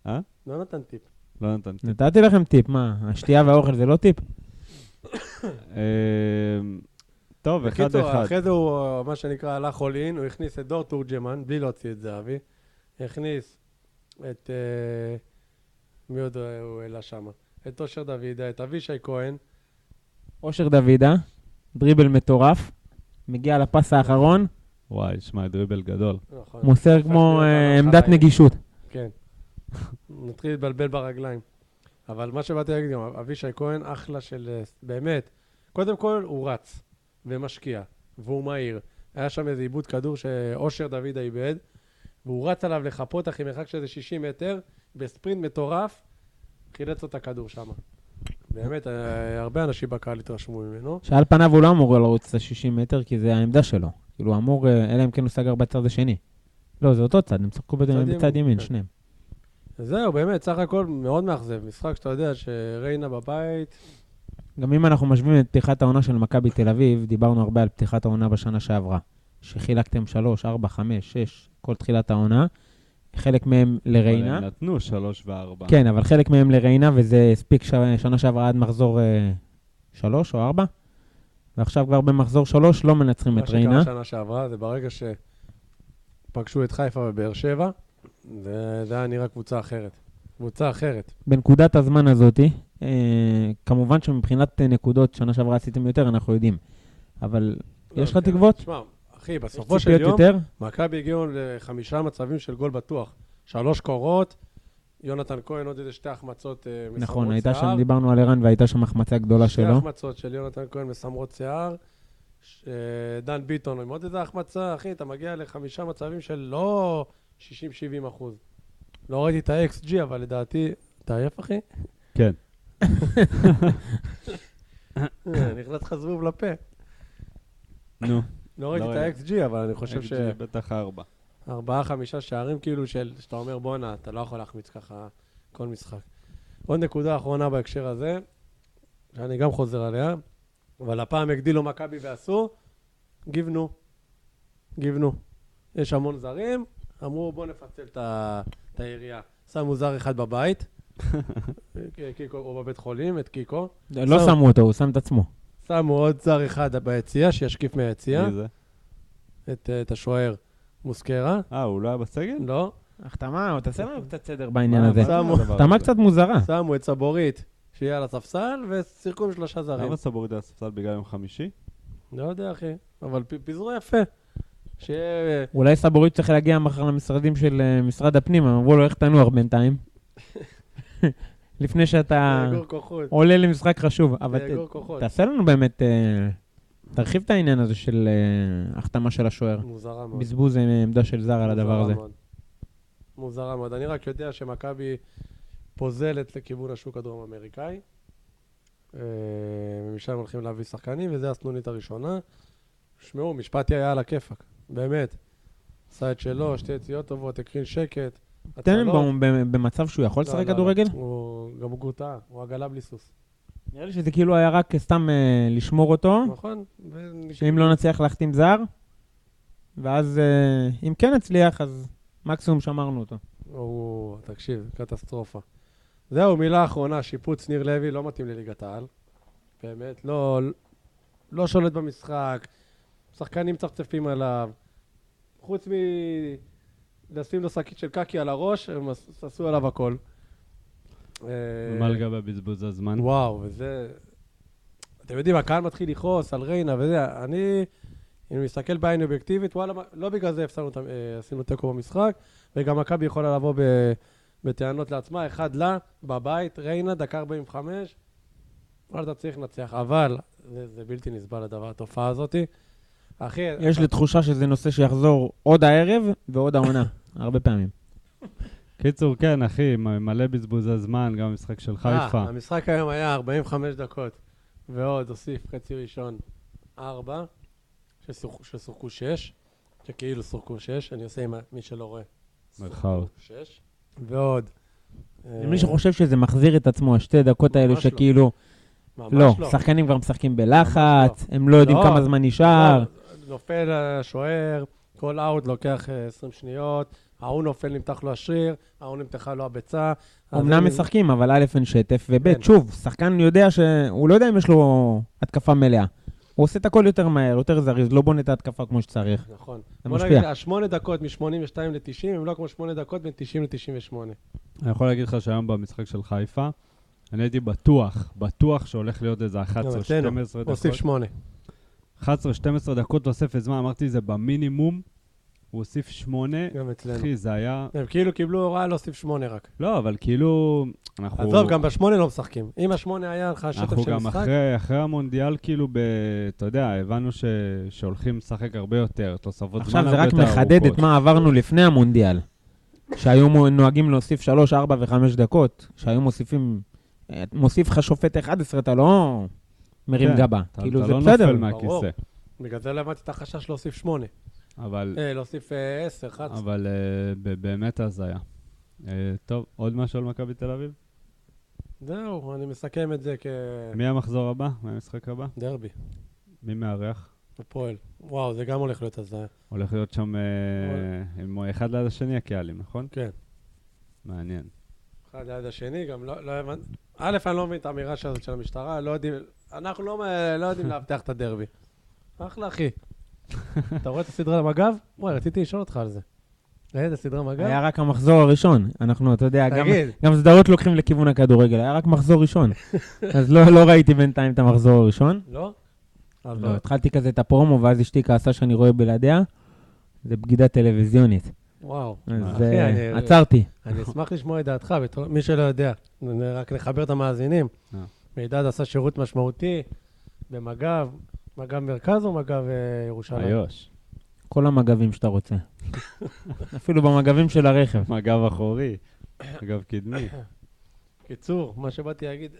A: אה?
C: לא נתן טיפ.
A: לא נתן.
B: נתתי לכם טיפ, מה, השתייה והאוכל זה לא טיפ?
A: אמ, טוב, אחד
C: בקיצור,
A: אחד.
C: אחרי זה הוא, אה, מה שנקרא, הלך all in, הוא הכניס את דור תורג'מן, בלי להוציא את זהבי. הכניס את... אה, מי עוד אה, הוא העלה שם? את אושר דוידה, את אבישי כהן.
B: אושר דוידה, דריבל מטורף, מגיע לפס האחרון,
A: וואי, שמע, דריבל גדול.
C: נכון.
B: מוסר
C: הפכתי
B: כמו
C: אותנו
B: אה,
C: אחריי.
B: עמדת נגישות.
C: כן. מתחיל להתבלבל ברגליים. אבל מה שבאתי להגיד גם, אבישי כהן אחלה של... אה, באמת, קודם כל הוא רץ ומשקיע, והוא מהיר. היה שם איזה עיבוד כדור שאושר דוידה איבד, והוא רץ עליו לחפות, אחי, מרחק של איזה 60 מטר, בספרינט מטורף, חילץ לו את הכדור שם. באמת, אה, הרבה אנשים בקהל התרשמו ממנו.
B: שעל פניו הוא לא אמור לרוץ את ה-60 מטר, כי זה העמדה שלו. כאילו, הוא אמור, אה, אלא אם כן הוא סגר בצד השני. לא, זה אותו צד, הם צחקו בצד
C: צד
B: בצד
C: ימין,
B: ימין,
C: כן.
B: שניהם.
C: זהו, באמת, סך הכל מאוד מאכזב. משחק שאתה יודע שריינה בבית,
B: גם אם אנחנו משווים את פתיחת העונה של מכבי תל אביב, דיברנו הרבה על פתיחת העונה בשנה שעברה. שחילקתם 3, 4, 5, 6, כל תחילת העונה. חלק מהם לריינה.
A: אבל הם נתנו שלוש וארבע.
B: כן, אבל חלק מהם לריינה, וזה הספיק ש... שנה שעברה עד מחזור אה, שלוש או ארבע, ועכשיו כבר במחזור שלוש לא מנצחים
C: מה
B: את ריינה.
C: שקרה שנה שעברה, זה ברגע שפגשו את חיפה ובאר שבע, זה זה היה נראה קבוצה אחרת. קבוצה אחרת.
B: בנקודת הזמן הזאתי, אה, כמובן שמבחינת אה, נקודות, שנה שעברה עשיתם יותר, אנחנו יודעים. אבל יש לך
C: לא, כן.
B: תקוות?
C: תשמע, אחי,
B: יש
C: בסופו של
B: ציפיות
C: יום,
B: יותר?
C: מכבי הגיעו לחמישה מצבים של גול בטוח. שלוש קורות, יונתן כהן עוד איזה שתי החמצות אה, מסמרות שיער.
B: נכון, הייתה שם, דיברנו על ערן והייתה שם החמצה גדולה
C: שתי
B: שלו.
C: החמצות של יונתן כהן מסמרות שיער. ש- אה, דן ביטון עם עוד איזה החמצה, אחי, אתה מגיע לחמישה מצבים של לא 60-70 אחוז. לא ראיתי את ה-XG, אבל לדעתי... אתה עייף, אחי?
A: כן.
C: אה, נכנס לך זבוב לפה.
A: נו,
C: לא ראיתי
A: לא
C: את
A: ראיתי.
C: ה-XG, אבל אני חושב
A: חושב ש... בטח ארבע.
C: שארבעה, חמישה שערים כאילו של, שאתה אומר בואנה, אתה לא יכול להחמיץ ככה כל משחק. עוד נקודה אחרונה בהקשר הזה, שאני גם חוזר עליה, אבל הפעם הגדילו מכבי ועשו, גיוונו. גיוונו. יש המון זרים, אמרו בואו נפצל את ה- את היריעה. שמו זר אחד בבית, אה, קיקו, או בבית חולים, את קיקו.
B: לא
C: שם-
B: שמו אותו, הוא שם את עצמו.
C: שמו עוד זר אחד ביציע, שישקיף מהיציע,
A: מי זה?
C: את, אה, את השוער מוסקרה.
A: אה, הוא לא היה בסגל?
C: לא.
B: החתמה, תעשה לנו קצת סדר בעניין
A: מה-
B: הזה.
A: מה זה
C: שמו.
A: הדבר
B: החתמה
A: הזה?
B: קצת מוזרה.
C: שמו את סבורית, שיהיה על הספסל, ושיחקו עם שלושה זרים.
A: למה סבורית היה ספסל בגלל יום חמישי?
C: לא יודע, אחי, אבל פ- פיזרו יפה. שיהיה...
B: אולי סבורית צריך להגיע מחר למשרדים של אה, משרד הפנים, הם אמרו לו, איך תנוח בינתיים? לפני שאתה
C: יאגור כוחות.
B: עולה למשחק חשוב. אבל ת-
C: יאגור כוחות.
B: תעשה לנו באמת, אה, תרחיב את העניין הזה של אה, החתמה של השוער.
C: מוזרה מאוד.
B: בזבוז אה, עמדה של זר על הדבר
C: מוזרה
B: הזה.
C: מאוד. מוזרה מאוד. אני רק יודע שמכבי פוזלת לכיוון השוק הדרום אמריקאי. אה, ומשם הולכים להביא שחקנים, וזו הסנונית הראשונה. שמעו, משפטי היה על הכיפאק, באמת. עשה את שלו, שתי יציאות טובות, הקרין שקט. לא-
B: טננבאום ב- במצב שהוא יכול לשחק כדורגל?
C: הוא גם גורטה, הוא עגלה בלי סוס.
B: נראה לי שזה כאילו היה רק סתם אה, לשמור אותו,
C: נכון? ו-
B: שאם לא נצליח להחתים זר, ואז אה, אם כן נצליח, אז מקסימום שמרנו אותו.
C: הוא, תקשיב, קטסטרופה. זהו, מילה אחרונה, שיפוץ ניר לוי לא מתאים לליגת העל. באמת, לא, לא שולט במשחק, שחקנים מצפצפים עליו. חוץ מלשים לו שקית של קקי על הראש, הם עש- עשו עליו הכל. אה,
A: ומה לגבי בזבוז הזמן?
C: וואו, וזה... אתם יודעים, הקהל מתחיל לכעוס על ריינה וזה, אני, אם אני מסתכל בעין אובייקטיבית, וואלה, מה- לא בגלל זה הפסדנו, את ה- אה, עשינו תיקו במשחק, וגם מכבי יכולה לבוא ב- בטענות לעצמה, אחד לה, בבית, ריינה, דקה 45, וואלה, אתה צריך לנצח, אבל זה, זה בלתי נסבל הדבר, התופעה הזאתי. אחי,
B: יש לי תחושה שזה נושא שיחזור עוד הערב ועוד העונה, הרבה פעמים.
A: קיצור, כן, אחי, מ- מלא בזבוזי זמן, גם המשחק של חיפה.
C: אה, המשחק היום היה 45 דקות, ועוד הוסיף חצי ראשון 4, ששוחקו 6, שכאילו שוחקו 6, אני עושה עם ה- מי שלא רואה.
A: מרכאות.
C: 6, ועוד. אה,
B: למי שחושב שזה מחזיר את עצמו, השתי דקות האלו
C: ממש לא.
B: שכאילו,
C: ממש
B: לא, שחקנים כבר משחקים בלחץ,
C: ממש
B: הם לא יודעים
C: לא.
B: כמה זמן נשאר.
C: לא, נופל השוער, כל אאוט לוקח אה, 20 שניות, ההוא נופל, נמתח לו השריר, ההוא נמתחה לו הביצה. אז
B: אמנם
C: אני-
B: משחקים, אבל א' אין שטף, וב'
C: כן.
B: שוב, שחקן יודע שהוא לא יודע אם יש לו התקפה מלאה. הוא עושה את הכל יותר מהר, יותר זריז, לא בונה את ההתקפה כמו שצריך.
C: נכון.
B: זה
C: בוא
B: משפיע.
C: נגיד, השמונה דקות מ-82 ל-90 הם לא כמו שמונה דקות בין 90 ל-98.
A: אני יכול להגיד לך שהיום במשחק של חיפה, אני הייתי בטוח, בטוח שהולך להיות איזה 11-12
C: הוסיף
A: דקות.
C: שמונה.
A: 11-12 דקות תוספת זמן, אמרתי זה במינימום, הוא הוסיף 8.
C: גם אצלנו.
A: אחי, זה היה...
C: הם כאילו קיבלו הוראה להוסיף שמונה רק.
A: לא, אבל כאילו, אנחנו...
C: עזוב, גם בשמונה לא משחקים. אם השמונה היה לך שטף
A: אנחנו
C: של
A: גם
C: משחק,
A: אחרי, אחרי המונדיאל, כאילו, ב, אתה יודע, הבנו ש, שהולכים לשחק הרבה יותר, תוספות זמן
B: עכשיו זה
A: הרבה
B: רק
A: יותר ארוכות.
B: מחדד את מה עברנו לפני המונדיאל, שהיו מו- נוהגים להוסיף 3, 4 ו-5 דקות, שהיו מוסיפים, אה, מוסיף לך שופט 11, אתה לא מרים
A: כן,
B: גבה.
A: אתה,
B: כאילו,
A: אתה
B: זה
A: לא
B: בסדר.
A: נופל
C: ברור.
A: מהכיסא.
C: בגלל זה לא הבנתי את החשש להוסיף שמונה.
A: אבל,
C: אה, להוסיף אה, עשר, אחת.
A: אבל אה, ב- באמת הזיה. אה, טוב, עוד משהו על מכבי תל אביב?
C: זהו, אני מסכם את זה כן.
A: מי המחזור הבא? מי המשחק הבא?
C: כדרבי,
A: מי מארח?
C: הפועל. וואו, זה גם הולך להיות הזיה.
A: הולך להיות שם אה, עם אחד ליד השני הקהלים, נכון?
C: כן.
A: מעניין.
C: אחד ליד השני, גם לא לא הבנתי. א', אני לא מבין את האמירה הזאת של המשטרה, לא יודעים, אנחנו לא מ- לא יודעים לאבטח את הדרבי. אחלה, אחי. אתה רואה את הסדרה למג"ב? וואי, רציתי לשאול אותך על זה. ראית את הסדרה למג"ב?
B: היה רק המחזור הראשון. אנחנו, אתה יודע, גם,
C: תגיד.
B: גם סדרות לוקחים לכיוון הכדורגל, היה רק מחזור ראשון. אז לא, לא ראיתי בינתיים את המחזור הראשון.
C: לא? אז
B: לא, התחלתי כזה את הפרומו, ואז אשתי כעסה שאני רואה בלעדיה. זה בגידה טלוויזיונית.
C: וואו.
B: אז
C: אחי,
B: אה,
C: אני-
B: עצרתי.
C: אני אשמח לשמוע את דעתך, בתור מי שלא יודע, נ- רק נחבר את המאזינים.
A: אה.
C: מידד עשה שירות משמעותי במג"ב, מג"ב מרכז או מג"ב אה, ירושלים?
A: איו"ש.
B: כל המגבים שאתה רוצה. אפילו במגבים של הרכב.
A: מגב אחורי, מגב קדמי.
C: קיצור, מה שבאתי להגיד,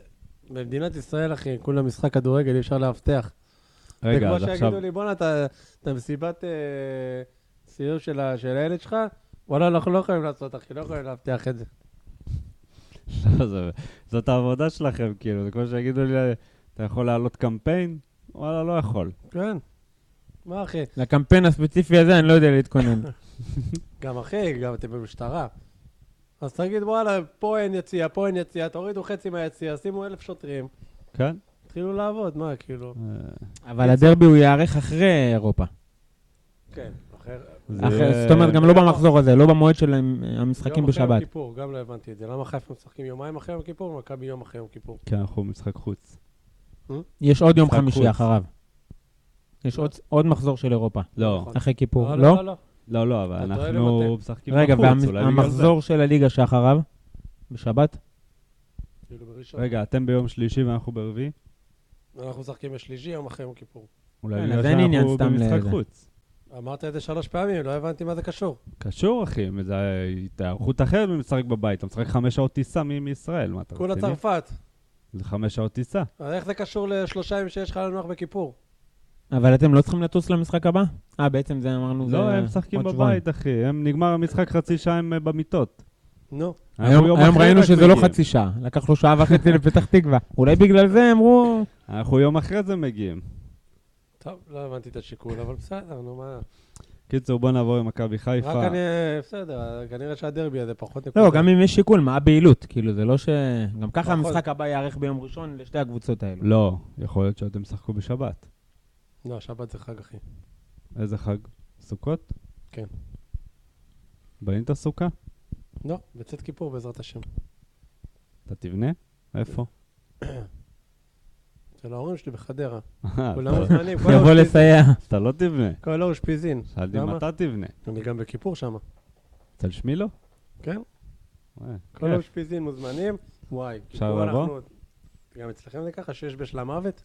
C: במדינת ישראל, אחי, כולה משחק כדורגל, אי אפשר לאבטח.
A: רגע, אז
C: זה כמו
A: עכשיו...
C: שיגידו לי, בואנה, אתה אתה מסיבת אה, סיור של ה- של הילד שלך? וואלה, אנחנו לא יכולים לעשות, אחי, לא יכולים לאבטח את זה.
A: לא, זה- זאת העבודה שלכם, כאילו, זה כמו שיגידו לי, אתה יכול להעלות קמפיין? וואלה, לא יכול.
C: כן. מה, אחי?
B: לקמפיין הספציפי הזה אני לא יודע להתכונן.
C: גם אחי, גם אתם במשטרה. אז תגיד, וואלה, פה אין יציאה, פה אין יציאה, תורידו חצי מהיציאה, שימו אלף שוטרים,
A: כן?
C: תתחילו לעבוד, מה, כאילו...
A: אה,
B: אבל הדרבי הוא ייערך אחרי אירופה.
C: כן, אחר...
A: זה-
B: אחרי- זאת אומרת, גם לא במחזור הזה, לא במועד של המ-
C: יום
B: המשחקים
C: אחרי יום
B: בשבת.
C: כיפור, גם לא הבנתי את זה. למה חיפה משחקים יומיים אחרי יום כיפור ומכבי יום אחרי יום כיפור?
A: כן, אנחנו משחק חוץ.
B: יש עוד יום
A: משחק
B: חמישי
A: חוץ.
B: אחריו. יש עוד- עוד מחזור של אירופה,
A: לא,
C: נכון.
B: אחרי כיפור,
C: לא,
B: לא?
C: לא, לא.
A: לא, לא, אבל
C: אתה טועה
A: אנחנו
C: למטה.
A: משחקים
B: רגע,
A: בחוץ, אולי לא בגלל זה.
B: והמחזור של הליגה שאחריו, בשבת?
C: כאילו בראשון.
A: רגע, אתם ביום שלישי ואנחנו ברביעי?
C: אנחנו משחקים בשלישי יום אחרי יום כיפור.
A: אולי
B: כן,
A: בגלל
B: אז אין עניין
A: שאנחנו
B: סתם
A: במשחק
B: לזה.
A: חוץ.
C: אמרת את זה שלוש פעמים, לא הבנתי מה זה קשור.
A: קשור, אחי, זה היערכות אחרת ממשחק בבית. אתה משחק חמש שעות טיסה מ- מישראל, מה אתה
C: כולה
A: רציני?
C: צרפת.
A: זה חמש שעות טיסה.
C: אז איך זה קשור לשלושה ימים שיש לך לנוח בכיפור?
B: אבל אתם לא צריכים לטוס למשחק הבא? אה, בעצם זה אמרנו, זה
A: לא, הם משחקים
B: עוד שבועיים.
A: בבית, אחי. הם נגמר המשחק חצי שעה הם אה, במיטות.
C: נו,
A: אנחנו
B: היום,
A: יום
B: היום
A: אחרי
B: ראינו
A: רק
B: שזה לא
A: מגיעים.
B: חצי שעה, לקח לו שעה וחצי לפתח תקווה. אולי בגלל זה אמרו...
A: אנחנו יום אחרי זה מגיעים.
C: טוב, לא הבנתי את השיקול, אבל בסדר, נו מה.
A: קיצור, בוא נעבור למכבי חיפה.
C: רק אני, בסדר, כנראה שהדרבי הזה פחות נקודה.
B: לא, גם אם יש שיקול, מה הבהילות? כאילו, זה לא ש... גם ככה
C: נכון.
B: המשחק הבא ייערך ביום ראשון לשתי הקבוצות האלו.
A: לא, יכול להיות שאתם תשחקו בשבת.
C: לא, שבת זה חג, אחי.
A: איזה חג? סוכות?
C: כן.
A: בנית סוכה?
C: לא, בצאת כיפור בעזרת השם.
A: אתה תבנה? איפה?
C: של ההורים שלי בחדרה.
A: אה,
C: כולם
A: אתה-
C: מוזמנים, כל
B: יבוא
C: האושפיז-
B: לסייע.
A: אתה לא תבנה.
C: כל האושפיזין.
A: שאלתי
C: למה?
A: אם אתה תבנה.
C: אני גם בכיפור שם.
A: אצל שמילו?
C: כן?
A: וואי,
C: כל
A: כיף.
C: האושפיזין מוזמנים. וואי,
A: כן. אפשר
C: כיפור
A: לבוא?
C: אנחנו... גם אצלכם זה ככה שיש בשלה מוות?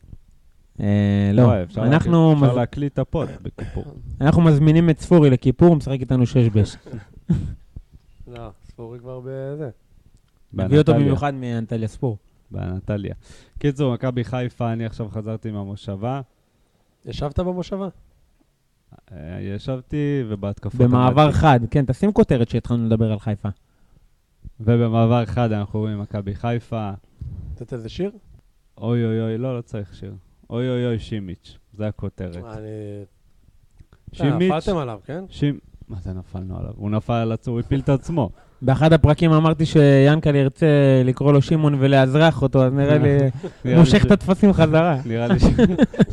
B: אה, לא,
A: וואי, אפשר
B: אנחנו
A: להקליט- אפשר
B: מז-
A: להקליט את הפוד בכיפור.
B: אנחנו מזמינים את ספורי לכיפור, הוא משחק איתנו שש בש.
C: לא, ספורי כבר בזה.
B: נביא אותו
A: באנטליה.
B: במיוחד מאנטליה ספור.
A: באנטליה. קיצור, מכבי חיפה, אני עכשיו חזרתי מהמושבה.
C: ישבת במושבה?
A: אה, ישבתי ובהתקפות...
B: במעבר
A: עמדתי.
B: חד, כן, תשים כותרת שהתחלנו לדבר על חיפה.
A: ובמעבר חד אנחנו רואים מכבי חיפה.
C: לתת איזה שיר?
A: אוי אוי אוי, לא, לא צריך שיר. אוי אוי אוי, שימיץ', זה הכותרת.
C: אה, אני... אה,
A: שימיץ',
C: נפלתם עליו, כן?
A: שימ... מה זה נפלנו עליו? הוא נפל על עצמו, הוא הפיל את עצמו.
B: באחד הפרקים אמרתי שיענקל'ה ירצה לקרוא לו שמעון ולאזרח אותו, אז נראה לי הוא
A: נראה לי
B: מושך את הטפסים חזרה.
A: נראה לי ש-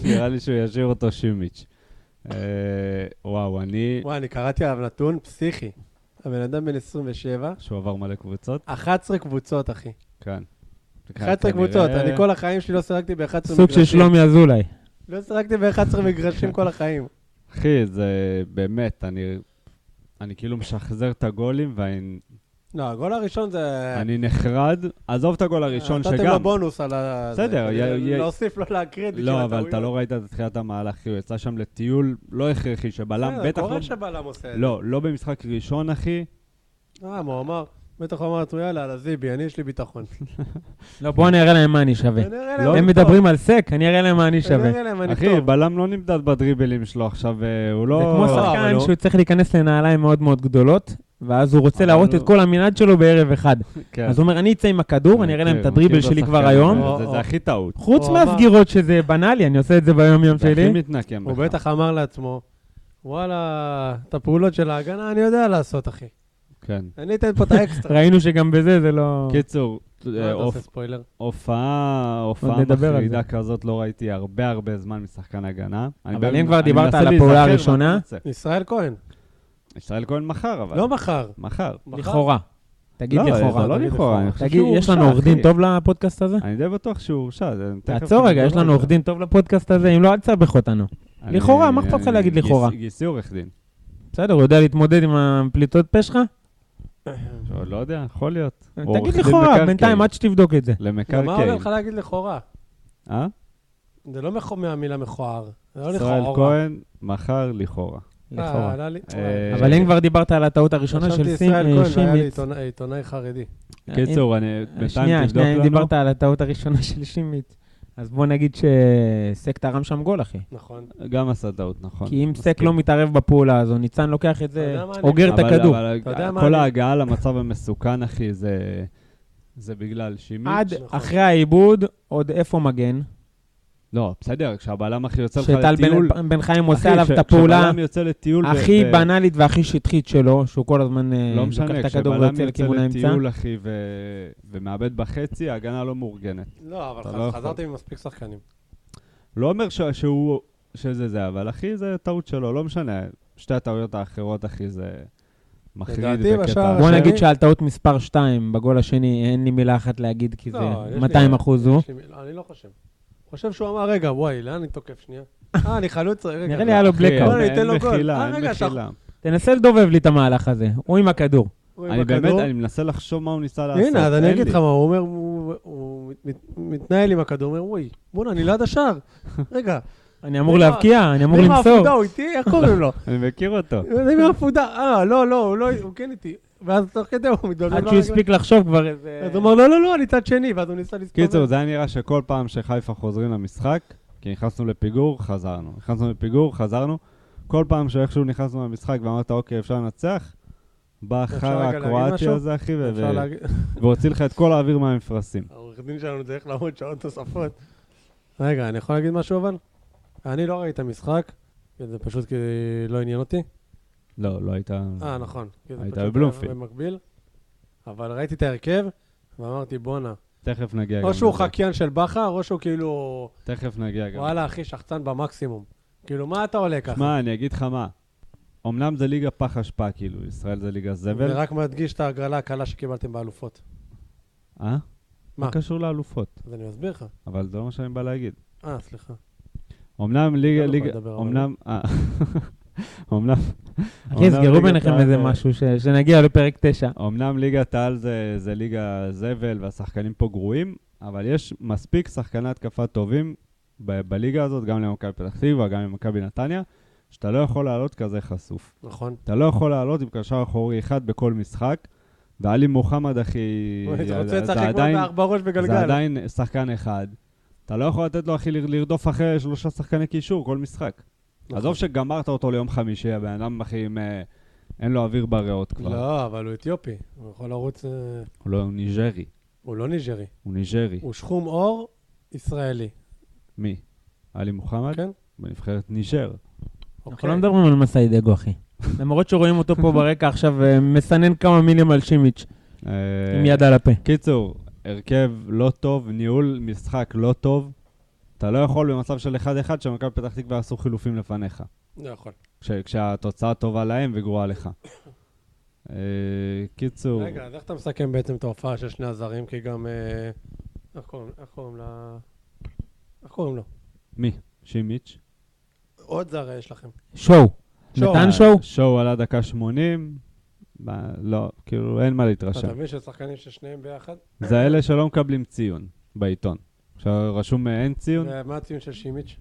A: נראה לי שהוא ישאיר אותו שימיץ'. אה, וואו, אני...
C: וואי, אני קראתי עליו נתון פסיכי. הבן אדם בן 27,
A: שהוא עבר מלא קבוצות? כן.
C: 11 קבוצות, אחי.
A: כאן.
C: 11 קבוצות, אני כל החיים שלי לא שיחקתי ב-11 מגרשים.
B: סוג של שלומי אזולאי.
C: לא שיחקתי ב-11 מגרשים כל החיים.
A: אחי, זה באמת, אני... אני כאילו משחזר את הגולים, ואני
C: לא, הגול הראשון זה...
A: אני נחרד. עזוב את הגול הראשון
C: אה. נתתם
A: שגם...
C: לו בונוס על ה...
A: בסדר,
C: זה,
A: י-
C: כדי
A: י-
C: להוסיף, לא להקריא את
A: לא, אבל אתה לא ראית את תחילת המהלך, אחי, הוא יצא שם לטיול לא הכרחי, שבלם בטח
C: לא...
A: לא...
C: קורה שבלם עושה את זה.
A: לא, לא במשחק ראשון, אחי.
C: אה, מה הוא אמר? בטח הוא אמר לעצמו, יאללה, על הזיבי, אני יש לי ביטחון.
B: לא, בואו אני אראה להם מה אני שווה.
A: לא,
C: ונראה להם
B: הם
C: אני
B: מדברים על סק, אני אראה להם מה אני
C: טוב.
B: שווה.
C: ונראה להם אני
A: אחי,
C: טוב.
A: בלם לא נמדד בדריבלים שלו עכשיו, אה, הוא לא...
B: זה כמו
C: לא, אבל
B: שחקן
C: הוא-
B: שהוא צריך להיכנס לנעליים מאוד מאוד גדולות, ואז הוא רוצה
A: אבל
B: להראות
A: הוא-
B: את כל המנעד שלו בערב אחד.
A: כן.
B: אז הוא אומר, אני אצא עם הכדור, אני אראה להם את
A: מכיר,
B: הדריבל
A: כן, מכיר
B: שלי
A: השחקן
B: כבר
A: הזה,
B: היום.
A: זה- זה הכי טעות.
B: חוץ
C: הוא אמר-
B: מהסגירות שזה בנאלי, אני עושה את זה ביום-יום
A: זה הכי
B: שלי.
A: מתנקם
C: הוא
A: בך.
C: בטח אמר לעצמו, וואלה, את הפעולות של ההגנה אני יודע לעשות, אחי.
A: כן.
C: אני אתן פה את האקסטרה.
B: ראינו שגם בזה זה לא...
A: קיצור,
C: מה
A: אה,
C: אתה עושה
A: הופ-
C: ספוילר?
A: הופעה הופעה
B: נדבר על זה.
A: מחרידה כזאת לא ראיתי הרבה הרבה זמן משחקן הגנה. אני
B: אבל
A: באמת-
B: אם כבר
A: אני
B: דיברת
A: מנסה
B: על הפעולה
A: להיזכר
B: הראשונה-
A: ואני רוצה.
C: ישראל כהן.
A: ישראל כהן מחר, אבל.
C: לא מחר.
A: מחר.
C: מחר?
B: לכאורה. תגיד
A: לא,
B: לכאורה.
A: זה לא
C: תגיד
A: לכאורה, אני
C: לכאורה.
A: חושב
B: תגיד,
A: שהוא
B: יש לנו
A: הורשע,
B: עורך דין
A: אחי.
B: טוב לפודקאסט הזה?
A: אני די בטוח שהוא הורשע. זה- תכף
B: תעצור רגע,
A: נדבר
B: יש
A: על זה.
B: לנו עורך דין טוב לפודקאסט הזה, אם לא, אל תסבך אותנו.
A: אני-
B: לכאורה, מה אכפת לך
A: אני-
B: להגיד
A: גיס-
B: לכאורה?
A: גיסי עורך דין.
B: בסדר, הוא יודע להתמודד עם הפליטות פה שלך?
A: לא- לא יודע, יכול להיות. הוא
C: אוקיי.
A: עורך
B: תגיד
A: דין
B: לכאורה,
A: מקרקעין.
B: בינתיים, עד שתבדוק את זה.
C: אה, גם
B: לא,
C: מה עולה
A: למקרקעין.
C: לך להגיד לכאורה?
A: אה?
C: זה לא מכו- מהמילה מכוער. זה לא לכאורה.
A: ישראל כהן, מחר לכאורה.
C: אה,
B: לכאורה.
C: עלה לי-
A: אה,
B: אבל אם כבר דיברת על הטעות הראשונה
C: חשבתי
B: של
C: ישראל כהן, היה לי
B: שימיץ...
C: עיתונאי- עיתונאי חרדי.
A: קיצור, אני בינתיים
B: אה, שנייה,
A: תבדוק
B: שנייה, אם
A: לנו.
B: דיברת על הטעות הראשונה של שימיץ, אז בוא נגיד שסק תרם שם גול, אחי.
C: נכון.
A: גם עשה טעות, נכון.
B: כי אם סק
A: מסכים.
B: לא מתערב בפעולה הזו, ניצן לוקח את
C: אתה
B: זה,
C: יודע מה אני-
B: אוגר את
A: אבל-
B: הכדור.
A: אבל
C: אתה יודע מה
A: כל
C: אני-
A: ההגעה למצב המסוכן, אחי, זה... זה בגלל שימי.
B: עד
C: נכון.
B: אחרי העיבוד, עוד איפה מגן?
A: לא, בסדר, כשהבלם אחי יוצא לך
B: שטל
A: לטיול...
B: בן- בן חיים עושה
A: אחי,
B: עליו
A: כש-
B: את הפעולה
A: כשבלם יוצא לטיול... ו-
B: הכי
A: ו-
B: בנאלית והכי שטחית שלו, שהוא כל הזמן אה,
A: לא
B: לוקח
A: משנה,
B: את הכדור ויוצא
A: כשבלם יוצא
B: לכיוון האמצע.
A: לטיול, אחי, ו- ומאבד בחצי, ההגנה לא מאורגנת.
C: לא, אבל
A: אתה
C: חז-
A: לא יכול.
C: חזרתי עם מספיק שחקנים.
A: לא אומר ש- שהוא... שזה זה, אבל אחי, זה טעות שלו, לא משנה. שתי הטעויות האחרות, אחי, זה... מחריד
C: לדעתי, בשער
B: בוא
C: השני-
B: נגיד שעל טעות מספר 2 בגול השני, אין לי מילה אחת להגיד, כי
C: לא,
B: זה
C: יש לי-
B: 200 אחוז הוא.
C: יש לי- לא, אני לא חושב. חושב שהוא אמר, רגע, וואי, לאן אני תוקף שנייה? אה, אני חלוץ, רגע.
B: נראה לי היה לו
A: אחי,
B: blackout.
C: בוא, אני אתן
A: אין
C: לו גול.
A: מחילה,
C: אה,
A: אין
C: רגע, אתה-
A: מחילה.
B: תנסה לדובב לי את המהלך הזה, הוא עם הכדור.
C: הוא עם
A: אני
C: הכדור.
A: באמת, אני מנסה לחשוב מה הוא ניסה לעשות.
C: הנה, אז אני
A: אין
C: אגיד
A: לי.
C: לך מה, הוא אומר, הוא- הוא מת- מתנהל עם הכדור, הוא אומר, וואי, בואנה, אני ליד השער. רגע,
B: אני אמור
C: מי
B: להבקיע, אני אמור
C: אם
B: למסור.
C: העפודה הוא איתי, איך קוראים לו?
A: אני מכיר אותו.
C: אני מהעפודה, אה, לא, לא, הוא לא, הוא כן איתי. ואז תוך כדי הוא מתבלבל.
B: עד שהוא
C: ברגל.
B: הספיק לחשוב כבר איזה...
C: אז הוא אמר, לא, לא, לא, אני צד שני, ואז הוא ניסה להסתובב.
A: קיצור, זה היה נראה שכל פעם שחיפה חוזרים למשחק, כי נכנסנו לפיגור, חזרנו. נכנסנו לפיגור, חזרנו. כל פעם שאיכשהו נכנסנו למשחק ואמרת, אוקיי, אפשר לנצח, בא
C: אפשר
A: החרא
C: רגע להגיד
A: הקרואטי
C: משהו?
A: הזה, אחי, ו-
C: אפשר
A: ו-
C: להגיד...
A: והוציא לך את כל האוויר מהמפרשים.
C: העורך דין שלנו צריך לעמוד שעות נוספות. רגע, אני יכול להגיד משהו אבל? אני לא ראיתי את המשחק, כי זה פשוט כי לא עניין אותי.
A: לא, לא היית...
C: אה, נכון. כי זה
A: היית
C: פשוט
A: בבלומפילד.
C: היה במקביל. אבל ראיתי את ההרכב, ואמרתי, בואנה.
A: תכף נגיע גם
C: או שהוא
A: לזה.
C: חקיין של בכר, או שהוא כאילו,
A: תכף נגיע גם.
C: וואלה, אחי, שחצן במקסימום. כאילו, מה אתה עולה ככה?
A: שמע, אני אגיד לך מה. אמנם זה ליגה פח אשפה, כאילו, ישראל זה ליגה זבל.
C: זה רק מדגיש את ההגרלה הקלה שקיבלתם באלופות.
A: אה?
C: מה?
A: מה קשור לאלופות?
C: אז אני אסביר לך.
A: אבל זה לא מה שאני בא להגיד.
C: אה, סליחה.
A: אמנם ליגה,
C: לא
A: ליגה,
C: בא לדבר, אבל-
A: אמנם, אה, אמנם,
C: אה,
B: אחי, סגרו
A: ליגת
B: ביניכם
A: העל
B: איזה
A: זה-
B: משהו, ש- שנגיע לפרק 9.
A: אמנם ליגת העל זה, זה ליגה זבל והשחקנים פה גרועים, אבל יש מספיק שחקני התקפה טובים ב- בליגה הזאת, גם למכבי פתח תקווה, גם למכבי נתניה, שאתה לא יכול לעלות כזה חשוף.
C: נכון.
A: אתה לא יכול לעלות עם קשר אחורי אחד בכל משחק, ועלי מוחמד, אחי,
C: התרוצץ,
A: אה, זה
C: אחי, כמו
A: עדיין-
C: בארבע ראש
A: זה
C: בגלגל.
A: עדיין שחקן אחד. אתה לא יכול לתת לו, אחי, לר- לרדוף אחרי שלושה שחקני קישור כל משחק.
C: נכון.
A: עזוב שגמרת אותו ליום חמישי, הבן אדם, אחי, עם, אה, אין לו אוויר בריאות כבר.
C: לא, אבל הוא אתיופי. הוא יכול לרוץ... אה,
A: הוא לא, הוא ניג'רי.
C: הוא לא ניג'רי.
A: הוא ניג'רי.
C: הוא שחום עור ישראלי.
A: מי? עלי מוחמד?
C: כן?
A: בנבחרת ניג'ר.
B: אנחנו
C: אוקיי.
B: לא מדברים על מסיידגו, אחי. למרות שרואים אותו פה ברקע עכשיו אה, מסנן כמה מילים על שימיץ',
A: אה,
B: עם יד על הפה.
A: קיצור, הרכב לא טוב, ניהול משחק לא טוב. אתה לא יכול במצב של 1-1 שמכבי פתח תקווה עשו חילופים לפניך.
C: לא יכול.
A: כש- כשהתוצאה טובה להם וגרועה לך. אה, קיצור,
C: רגע, אז איך אתה מסכם בעצם את ההופעה של שני הזרים? כי גם... אה, איך קוראים- איך קוראים לה? איך קוראים לו?
A: מי? שימיץ'?
C: עוד זר אה, יש לכם.
B: שואו.
C: שואו.
B: נתן
A: אה,
B: שואו?
A: שואו עלה דקה 80. מה, לא, כאילו, אין מה להתרשם.
C: אתה מבין ששחקנים של שניהם ביחד?
A: זה אלה שלא מקבלים ציון בעיתון. שרשום אה, אין ציון,
C: ומה הציון של שימיץ'?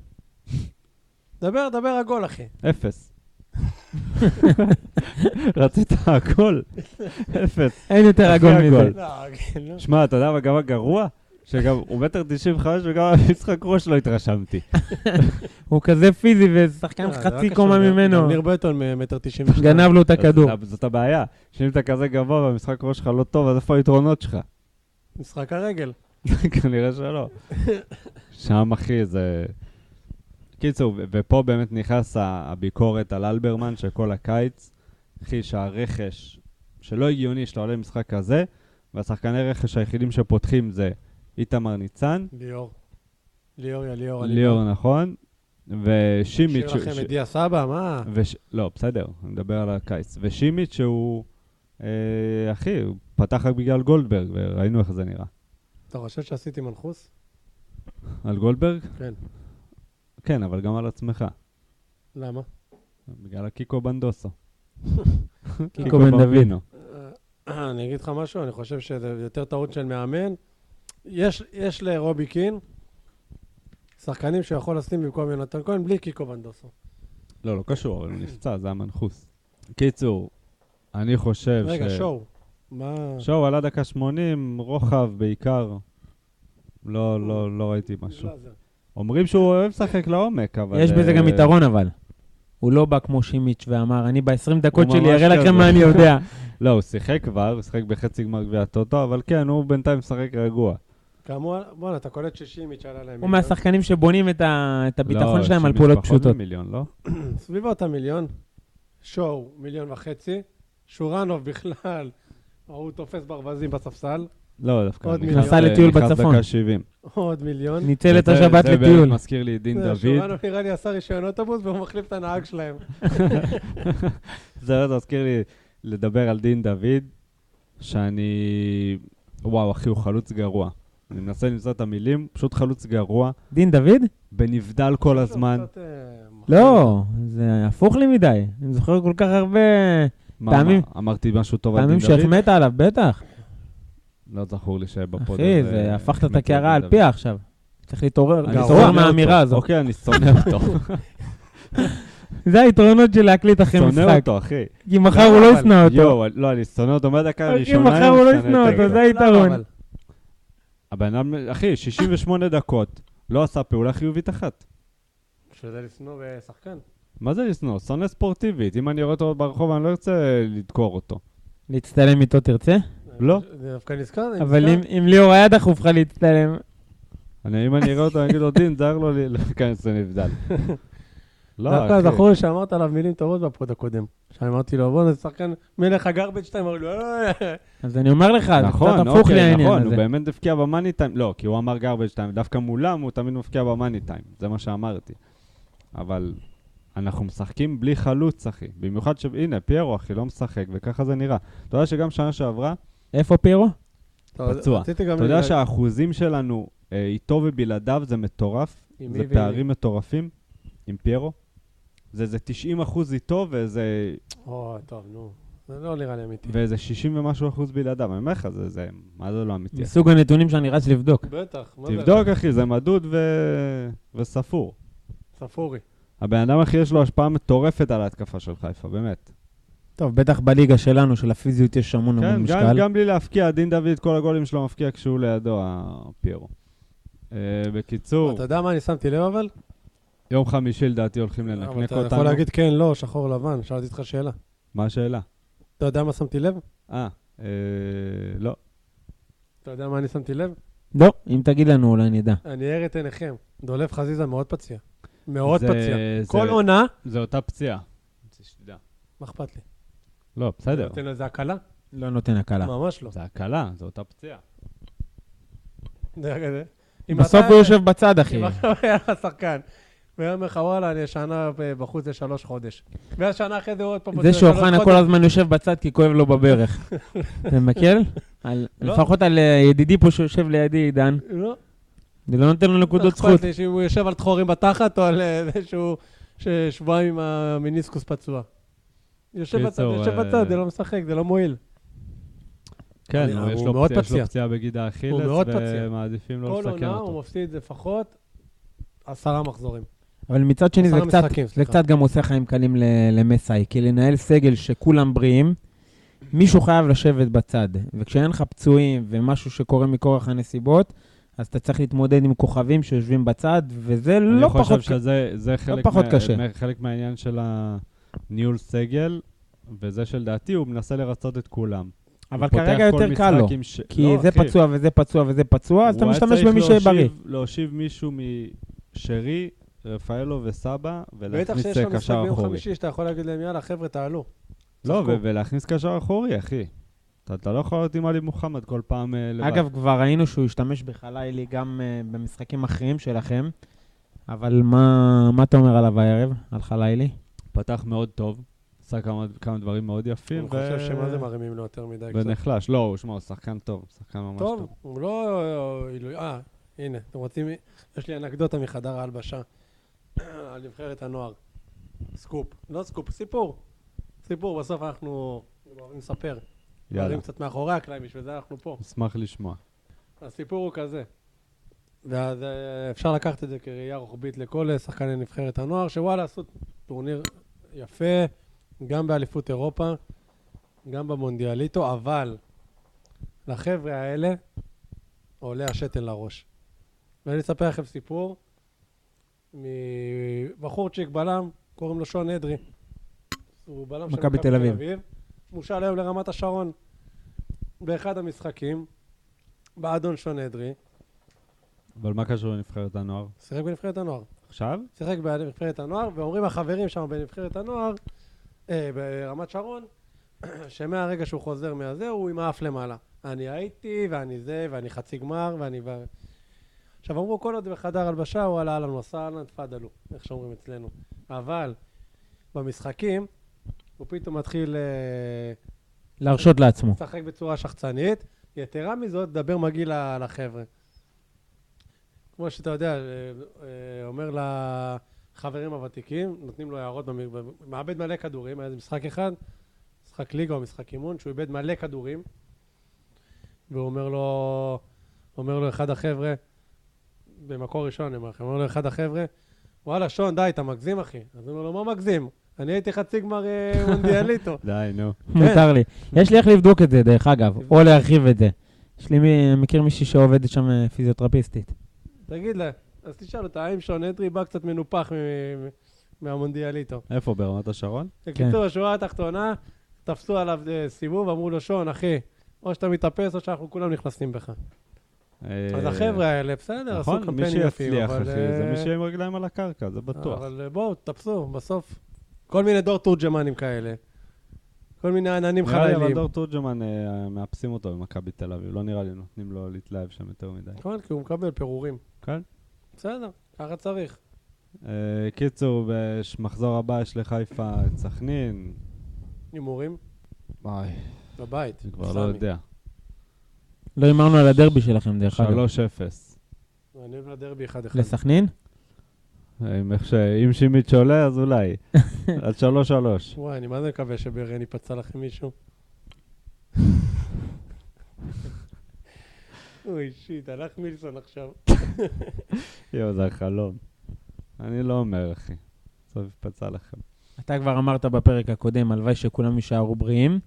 C: דבר, דבר עגול, אחי.
A: אפס. רצית הכל, אפס.
B: אין יותר
A: אחי,
B: עגול
A: הגול.
B: מזה.
A: אבל-
C: לא, כאילו.
A: שמע, אתה יודע מה גם הגרוע? שגם הוא מטר 95 וגם במשחק ראש לא התרשמתי.
B: הוא כזה פיזי ושחקן
C: לא, זה לא
B: חצי
C: קשור,
B: קומה
C: גם- גם
B: כן, ממנו.
C: ניר ביטון מטר תשעים ושתיים.
B: גנב לו את הכדור.
A: אז זאת- זאת הבעיה, שאם אתה כזה גבוה והמשחק ראש שלך לא טוב, אז איפה היתרונות שלך?
C: משחק הרגל.
A: כנראה שלא. שם, אחי, זה... קיצור, ו- ופה באמת נכנס ה- הביקורת על אלברמן של כל הקיץ. אחי, שהרכש, שלא הגיוני שאתה עולה למשחק כזה, והשחקני רכש היחידים שפותחים זה איתמר ניצן,
C: ליאור. ליאור, יא ליאור. לא, אני
A: ליאור נכון, ושימיץ',
C: שיר לכם
A: ש-
C: את דיה סבא, מה?
A: וש... לא, בסדר, אני מדבר על הקיץ. ושימיץ' שהוא... אה, אחי, הוא פתח רק בגלל גולדברג, וראינו איך זה נראה.
C: אתה חושב שעשיתי מנחוס?
A: על גולדברג?
C: כן.
A: כן, אבל גם על עצמך.
C: למה?
A: בגלל הקיקו בנדוסו.
B: קיקו בן דוד.
A: במבינו.
C: אה, אני אגיד לך משהו, אני חושב שזה יותר טעות של מאמן. יש, יש לרובי קין שחקנים שהוא יכול לשים במקום יונתן כהן בלי קיקו בנדוסו.
A: לא, לא קשור, אבל הוא נפצע, זה המנחוס. קיצור, אני חושב ש...
C: רגע, שואו. מה?
A: שואו עלה דקה 80, רוחב בעיקר. לא, לא, לא ראיתי משהו.
C: לא, זה-
A: אומרים שהוא אוהב לשחק לעומק, אבל...
B: יש בזה
A: אה,
B: גם יתרון אבל. הוא לא בא כמו שימיץ' ואמר, אני ב-20 דקות
A: הוא
B: שלי
A: ממש
B: אראה
A: כזה.
B: לכם מה אני יודע.
A: לא, הוא שיחק כבר, הוא שיחק בחצי גמר גביע הטוטו, אבל כן, הוא בינתיים משחק רגוע.
C: כאמור, בואנה, אתה קולט ששימיץ' עלה להם
B: הוא מהשחקנים שבונים את ה- את הביטחון
A: לא,
B: שלהם על
A: שימש
B: פעולות
A: פחות
B: פשוטות.
A: ממיליון, לא?
C: סביבות המיליון. שואו, מיליון וחצי. שורנוב בכלל, ההוא תופס ברווזים בספסל.
A: לא, דווקא.
C: עוד
A: נכנס-
B: מיליון. נסע לטיול
A: נכנס
B: בצפון.
A: דקה 70.
C: עוד מיליון.
B: ניצל את
A: וזה-
B: השבת
A: זה
B: לטיול.
A: באמת מזכיר לי את דין
C: זה,
A: דוד.
C: שורנוב נראה לי עשה רישיון אוטובוס והוא מחליף את הנהג שלהם.
A: זה באמת מזכיר לי לדבר על דין דוד, שאני... וואו, אחי, הוא חלוץ גרוע. אני מנסה למצוא את המילים, פשוט חלוץ גרוע,
B: דין דוד?
A: בנבדל כל הזמן.
C: קצת, אה, מחליף.
B: לא, זה הפוך לי מדי. אני זוכר כל כך הרבה
A: מה,
B: פעמים-
A: מה, אמרתי משהו טוב על דין
B: פעמים
A: דוד?
B: שהחמאת עליו, בטח.
A: לא זכור לי שבפוד
B: אחי,
A: אה,
B: זה הפכת את הקערה על
A: פיה.
B: פיה עכשיו. צריך להתעורר,
A: אני
B: להתעורר
A: שונא
B: מהאמירה
A: אותו.
B: הזאת.
A: אוקיי, אני שונא אותו.
B: זה היתרונות של להקליט אחרי
A: אוקיי. שונא
B: משחק.
A: אותו, אחי.
B: כי מחר הוא לא ישנא אותו.
A: יואו, לא, אני שונא אותו מהדקה
B: כי
A: הראשונה.
B: מחר
A: אני
B: הוא לא
A: שונא את
B: ישנא אותו,
A: הגבר.
B: זה היתרון.
C: אבל-
A: הבן אדם, אחי, 68 דקות, לא עשה פעולה חיובית אחת.
C: שזה לשנוא בשחקן.
A: מה זה לשנוא? שונא ספורטיבית. אם אני רואה אותו ברחוב, אני לא ארצה לדקור אותו.
B: להצטלם איתו תרצה?
A: לא.
C: אני דווקא נזכר, אני
B: אבל
C: נזכר.
B: אם- אם ליאור היה דחוף לך להצטלם,
A: אני, אם אני אראה אותו, אני אגיד לו, דין, זר לו ל- להיכנס לנבדל. לא,
C: דווקא
A: אחי.
C: זכור לי שאמרת עליו מילים טובות בפוד הקודם. שאמרתי לו, בואנה, זה שחקן מלך הגרבג' 2, אמר לי, "אה."
B: אז אני אומר לך, זה קצת
A: נכון,
B: הפוך לי
A: אוקיי,
B: העניין
A: נכון,
B: הזה.
A: הוא באמת הבקיע במאני טיים, לא, כי הוא אמר גרבג' טיים, דווקא מולם הוא תמיד מבקיע במאני טיים, זה מה שאמרתי. אבל אנחנו משחקים בלי חלוץ, אחי. במיוחד ש... הנה, פיירו, אחי, לא משחק, וככה זה נראה. אתה יודע שגם שנה שעברה,
B: איפה פירו?
C: טוב,
A: פצוע.
C: רציתי גם
A: אתה יודע
C: להגיד-
A: שהאחוזים שלנו אה, איתו ובלעדיו זה מטורף,
C: עם
A: זה
C: מי ועם
A: פערים מטורפים עם פיירו. זה איזה 90 אחוז איתו ואיזה,
C: או, טוב, נו. זה לא נראה לי אמיתי.
A: ואיזה 60 ומשהו אחוז בלעדיו. אני אומר לך, זה, זה, מה זה לא אמיתי?
B: מסוג הנתונים שאני רץ לבדוק.
C: בטח, מה זה?
A: תבדוק, אחי, זה מדוד ו... וספור.
C: ספורי.
A: הבן אדם, אחי, יש לו השפעה מטורפת על ההתקפה של חיפה, באמת.
B: טוב, בטח בליגה שלנו, של הפיזיות, יש המון המון
A: כן,
B: משקל.
A: גם, גם בלי להפקיע, דין דוד, כל הגולים שלו מפקיע כשהוא לידו, הפיירו. אה, בקיצור,
C: אתה יודע מה אני שמתי לב אבל?
A: יום חמישי לדעתי הולכים
C: אבל
A: לנקנק
C: אתה יכול
A: אותנו.
C: להגיד כן, לא, שחור לבן, שאלתי אותך שאלה.
A: מה השאלה?
C: אתה יודע מה שמתי לב?
A: אה, אה, לא.
C: אתה יודע מה אני שמתי לב?
B: לא, אם תגיד לנו אולי נדע.
C: אני אראה את עיניכם. דולף חזיזה מאוד פציע. מאוד
A: זה-
C: פציע.
A: זה-
C: כל עונה,
A: זה אותה פציעה. זה שתדע.
C: מה אכפת לי?
A: לא, בסדר.
C: נותן לו איזה הקלה?
B: לא נותן הקלה.
C: ממש לא.
A: זה הקלה, זה אותה פציעה.
C: זה היה כזה. אם
B: בסוף
C: אתה-
B: הוא יושב בצד, אחי.
C: אם עכשיו היה לך שחקן, והיה אומר לך, וואלה, אני שנה בחוץ לשלוש חודש. ואז שנה אחרי זה הוא עוד פעם...
B: זה
C: בחוץ לשלוש
B: שאוחנה כל
C: חודש.
B: הזמן יושב בצד כי כואב לו בברך. אתה מכיר? על-
C: לא.
B: לפחות על אה, ידידי פה שיושב לידי, עידן.
C: לא,
B: זה לא נותן לו
C: לא
B: נקודות זכות.
C: אכפת לי שהוא יושב על דחורים בתחת, או על אה, זה שהוא ששבועיים עם המיניסקוס פצוע. יושב בצד,
A: בקיצור,
C: יושב
A: אה,
C: בצד, זה לא משחק, זה לא מועיל.
A: כן,
C: אני-
A: הוא- יש
C: הוא
A: לו
C: מאוד
A: פציעה, יש לו
C: פציע.
A: פציעה בגיד האכילס,
C: מאוד פציע.
A: ומעדיפים לא
C: כל
A: לסכן
C: עונה
A: אותו.
C: הוא מפסיד לפחות עשרה מחזורים.
B: אבל מצד שני זה
C: עשרה
B: קצת,
C: משחקים,
B: זה
C: סליחה.
B: קצת גם עושה חיים קלים ל- למסאי, כי לנהל סגל שכולם בריאים, מישהו חייב לשבת בצד. וכשאין לך פצועים ומשהו שקורה מכורח הנסיבות, אז אתה צריך להתמודד עם כוכבים שיושבים בצד, וזה לא
A: אני
B: פחות... לא
A: חושב שזה זה חלק,
B: פחות קשה.
A: מה, חלק מהעניין של הניהול סגל, וזה שלדעתי הוא מנסה לרצות את כולם.
B: אבל
A: הוא פותח
B: כרגע
A: כל
B: יותר
A: משחק
B: קל לו.
A: עם ש-
B: כי
A: לא,
B: זה
A: אחי,
B: פצוע וזה פצוע וזה פצוע, אז אתה
A: הוא היה
B: משתמש
A: צריך
B: במי שבריא.
A: להושיב- להושיב מישהו משרי, רפאלו וסבא,
C: בטח
A: ולהכניס אה,
C: שיש לך משחק
A: קשר
C: ביום
A: אחורי.
C: חמישי שאתה יכול להגיד להם, יאללה, חבר'ה, תעלו.
A: לא,
C: צחקו.
A: ו- ולהכניס קשר אחורי, אחי. אתה- אתה לא יכול להיות עם עלי מוחמד כל פעם אה, לבד.
B: אגב, כבר ראינו שהוא השתמש בחלילי גם אה, במשחקים אחרים שלכם, אבל מה מה אתה אומר עליו הערב, על חלילי?
A: פתח מאוד טוב, עשה כמה- כמה דברים מאוד יפים.
C: אני
A: ו-
C: חושב שמה זה מרימים לו יותר מדי קצת.
A: ונחלש. לא, הוא, שמע, הוא שחקן טוב, שחקן ממש טוב.
C: טוב, הוא לא... עילוי- אה, הנה, אתם רוצים... יש לי אנקדוטה מחדר ההלבשה על נבחרת הנוער. סקופ. לא סקופ, סיפור. סיפור, בסוף אנחנו אוהבים לספר.
A: יאללה,
C: דברים קצת מאחורי הקלעים, בשביל זה אנחנו פה.
A: אשמח לשמוע.
C: הסיפור הוא כזה. ואז אה, אפשר לקחת את זה כראייה רוחבית לכל אה, שחקני נבחרת הנוער, שוואלה, עשו טורניר יפה, גם באליפות אירופה, גם במונדיאליטו, אבל לחבר'ה האלה עולה השתן לראש. ואני אספר לכם סיפור מבחורצ'יק בלם, קוראים לו שון אדרי. הוא בלם של
B: מכבי תל אביב.
C: מושל היום לרמת השרון. באחד המשחקים, בא אדון שון אדרי,
A: אבל מה קשור לנבחרת הנוער?
C: שיחק בנבחרת הנוער.
A: עכשיו?
C: שיחק בנבחרת הנוער, ואומרים החברים שם בנבחרת הנוער, אה, ברמת שרון, שמהרגע שהוא חוזר מהזה, הוא עם האף למעלה. אני הייתי, ואני זה, ואני חצי גמר, ואני... ו... עכשיו, אמרו כל עוד בחדר הלבשה, הוא עלה אהלן וסע אהלן, תפאדלו, איך שאומרים אצלנו. אבל במשחקים, הוא פתאום מתחיל אה,
B: להרשות לעצמו.
C: לשחק בצורה שחצנית. יתרה מזאת, דבר מגעיל ל- לחבר'ה. כמו שאתה יודע, אה, אה, אומר לחברים הוותיקים, נותנים לו הערות, במ- במ- מאבד מלא כדורים, היה איזה משחק אחד, משחק ליגה או משחק אימון, שהוא איבד מלא כדורים, והוא אומר לו, אומר לו אחד החבר'ה, במקור ראשון אני אומר לכם, אומר לו אחד החבר'ה, וואלה, שון, די, אתה מגזים, אחי. אז הוא אומר לו, מה מגזים? אני הייתי חצי גמר אה, מונדיאליטו.
A: די, נו.
B: מותר לי. יש לי איך לבדוק את זה, דרך אגב, או להרחיב את זה. יש לי מי- מכיר מישהי שעובדת שם אה, פיזיותרפיסטית.
C: תגיד לה, אז תשאל אותה, האם שון אדרי בא קצת מנופח מ- מ- מהמונדיאליטו?
A: איפה, ברמת השרון? כן.
C: בקיצור, השורה התחתונה, תפסו עליו אה, סיבוב, אמרו לו, שון, אחי, או שאתה מתאפס או שאנחנו כולם נכנסים בך. אז החבר'ה האלה, בסדר, עשו
A: אה, נכון, מי
C: קמפיינים יפים,
A: שיצליח,
C: אבל...
A: אחי,
C: אה,
A: זה מי שיהיה עם רגליים על הקרקע, זה בטוח.
C: אבל אה, בואו, תפסו, בסוף. כל מיני דור תורג'מנים כאלה. כל מיני עננים
A: נראה לי אבל
C: חללים.
A: דור תורג'מן אה, מאפסים אותו במכבי תל אביב, לא נראה לי נותנים לו להתלהב שם יותר מדי.
C: נכון, כי הוא מקבל פירורים.
A: כן.
C: בסדר, ככה צריך.
A: אה, קיצור, במחזור הבא יש לחיפה את סכנין.
C: הימורים,
A: וואי,
C: בבית.
A: אני כבר לא
C: סמי.
A: יודע.
B: לא הימרנו על הדרבי שלכם, דרך אגב.
A: 3-0.
C: אני אוהב לדרבי 1-1.
B: לסכנין?
A: אם איך ש... אם שימית שעולה, אז אולי. עד 3-3.
C: וואי, אני מה זה מקווה שברן ייפצע לכם מישהו. אוי, שיט, הלך מילסון עכשיו.
A: יואו, זה החלום. אני לא אומר, אחי. בסוף יפצע לכם.
B: אתה כבר אמרת בפרק הקודם, הלוואי שכולם יישארו בריאים,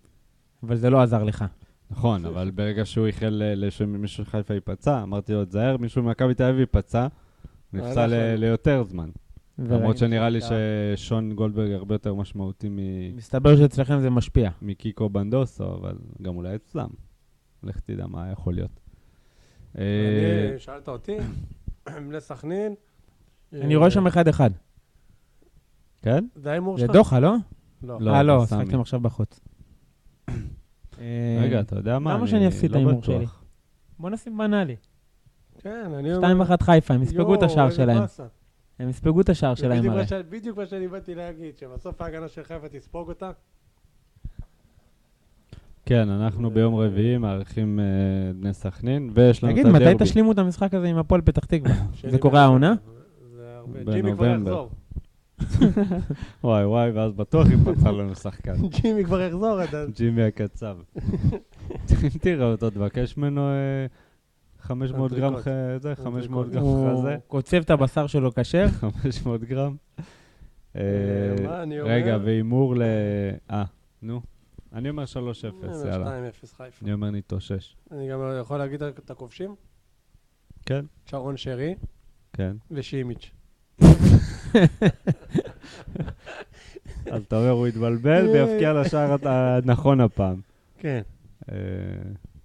B: אבל זה לא עזר לך.
A: נכון, אבל ברגע שהוא איחל אה, לשמישהו מחיפה ייפצע, אמרתי לו, תזהר, מישהו ממכבי תל אביב ייפצע, נפצע
C: הלך
A: ל-
C: לנו.
A: ליותר זמן. למרות
B: וראינו
A: שנראה לי
B: שזה
A: ששון גולדברג הרבה יותר משמעותי מ-
B: מסתבר שאצלכם זה משפיע.
A: מקיקו בנדוסו, אבל גם אולי אצלם. לך תדע מה יכול להיות. אה,
C: אני, שאלת אותי, בני סכנין. אה,
B: אני רואה שם אחד-אחד.
A: כן?
C: זה ההימור
B: זה
C: שלך?
B: דוחה, לא?
C: לא.
A: לא,
B: אה, לא,
A: סמי.
B: שחקתם עכשיו בחוץ. אה,
A: רגע, אתה יודע מה?
B: למה
A: אני
B: שאני אפסיד את
A: לא
B: ההימור
A: בטוח.
B: שלי? בוא נשים בנאלי.
C: כן, אני
B: 2-1
C: אומר...
B: חיפה, הם יספגו את
C: יואו,
B: השער
C: איזה
B: שלהם.
C: באסה.
B: הם יספגו את השער
C: זה
B: שלהם
C: בדיוק
B: הרי.
C: מה ש- בדיוק מה שאני באתי להגיד, שבסוף ההגנה של חיפה תספוג אותה.
A: כן, אנחנו ביום רביעי מארחים אה, בני סכנין, ויש לנו את
B: תגיד,
A: הדרבי.
B: מתי תשלימו את המשחק הזה עם הפועל פתח תקווה?
C: שני
B: קורה
C: בנובמבר.
B: העונה?
C: זה הרבה.
A: בנובמבר.
C: ג'ימי כבר יחזור.
A: וואי וואי, ואז בטוח ייפצע לנו שחקן.
C: ג'ימי כבר יחזור עד אז.
A: ג'ימי הקצב. אם תראה אותו, תבקש ממנו אה, 500 גרם
C: אנטריקוט.
A: ח- זה, 500 גרם
B: הוא
A: חזה,
B: קוצב את הבשר שלו כשר,
A: 500 גרם. אה,
C: אה, מה אני אומר?
A: רגע, והימור ל... אה, נו. אני אומר 3-0,
C: אה,
A: יאללה.
C: 2-0 חיפה.
A: אני אומר נתאושש.
C: אני גם יכול להגיד את הכובשים?
A: כן.
C: שרון שרי
A: כן.
C: ושימיץ'.
A: אז אתה אומר, הוא
C: אה.
A: יתבלבל ויבקיע לשער הת- הנכון הפעם.
C: כן.
A: אה,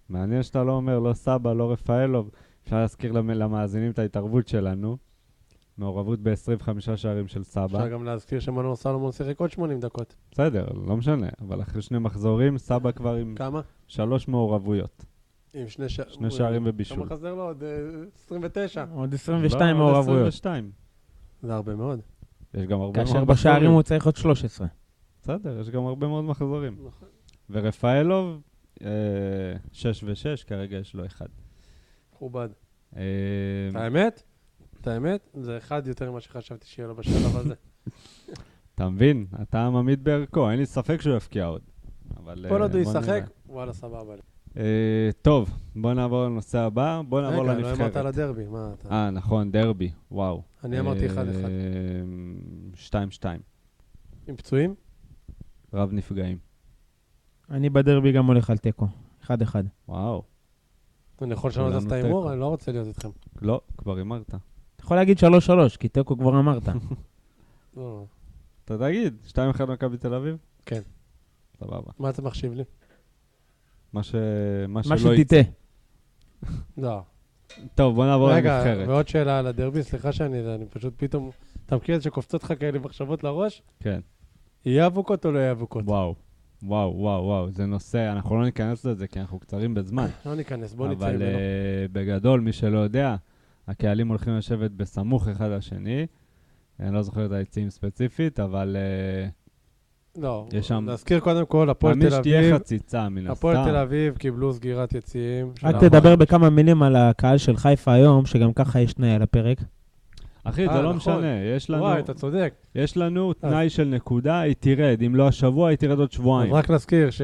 A: מעניין שאתה לא אומר, לא סבא, לא רפאלוב. אפשר להזכיר למ- למאזינים את ההתערבות שלנו. מעורבות ב-25 שערים של סבא.
C: אפשר גם להזכיר שמנור סלומון שיחק עוד 80 דקות.
A: בסדר, לא משנה. אבל אחרי שני מחזורים, סבא כבר עם
C: כמה?
A: שלוש מעורבויות.
C: עם שני שערים.
A: שני שערים ובישול.
C: אה, כמה חסר לו? עוד אה, 29.
B: עוד 22
A: לא, עוד
B: מעורבויות.
A: 22.
C: זה הרבה מאוד.
A: יש גם הרבה מאוד
B: כאשר
A: מחזורים.
B: בשערים הוא צריך עוד 13.
A: בסדר, יש גם הרבה מאוד מחזורים.
C: נכון.
A: ורפאלוב, 6 ו-6, כרגע יש לו אחד.
C: מכובד.
A: אה,
C: את האמת? את האמת? זה אחד יותר ממה שחשבתי שיהיה לו בשלב הזה.
A: אתה מבין? אתה מעמיד בערכו, אין לי ספק שהוא יפקיע עוד. אבל...
C: כל
A: אה,
C: עוד הוא
A: בוא
C: ישחק,
A: נראה.
C: וואלה, סבבה. לי.
A: אה, טוב, בוא נעבור לנושא הבא, בוא נעבור
C: רגע, לא אמרת
A: לנבחרת.
C: על הדרבי, מה אתה?
A: אה, נכון, דרבי, וואו. אה,
C: אני אמרתי 1-1.
A: 2-2,
C: עם פצועים?
A: רב נפגעים.
B: אני בדרבי גם הולך על תיקו, 1-1.
A: וואו.
C: אני יכול לשנות אז את
A: כולנו תיקו.
C: ההימור? אני לא רוצה להיות איתכם.
A: לא, כבר הימרת.
B: אתה יכול להגיד 3-3, כי תיקו כבר אמרת.
C: לא.
A: אתה תגיד, 2-1 מכבי תל אביב?
C: כן.
A: סבבה.
C: מה אתה מחשיב לי?
A: מה ש... מה
B: מה
A: שלא...
B: שתיטה.
C: לא.
A: י- טוב, בוא נעבור
C: רגע, לא-
A: לנבחרת.
C: ועוד שאלה על הדרבי, סליחה שאני אני פשוט פתאום... אתה מכיר את שקופצות לך כאלה מחשבות לראש?
A: כן.
C: יהיה אבוקות או לא יהיה אבוקות?
A: וואו, וואו, וואו, וואו, זה נושא, אנחנו לא ניכנס לזה כי אנחנו קצרים בזמן.
C: לא ניכנס, בוא נצא
A: אבל
C: ממנו.
A: אה, בגדול, מי שלא יודע, הקהלים הולכים לשבת בסמוך אחד לשני. אני לא זוכר את היציעים ספציפית, אבל אה,
C: לא,
A: יש שם-
C: נזכיר קודם כל, הפועל
A: מאמין
C: תל
A: שתהיה
C: אביב,
A: חציצה מן הסתם.
C: הפועל תל אביב קיבלו סגירת יציעים. של
B: רק
A: למה?
B: תדבר בכמה מילים על הקהל של חיפה היום, שגם ככה יש תנאי על הפרק.
A: אחי,
C: אה,
A: זה לא
C: נכון.
A: משנה, יש לנו-
C: וואי, אתה צודק.
A: יש לנו
C: אז-
A: תנאי של נקודה, היא תרד. אם לא השבוע, היא תרד עוד
C: אז
A: שבועיים.
C: רק נזכיר ש...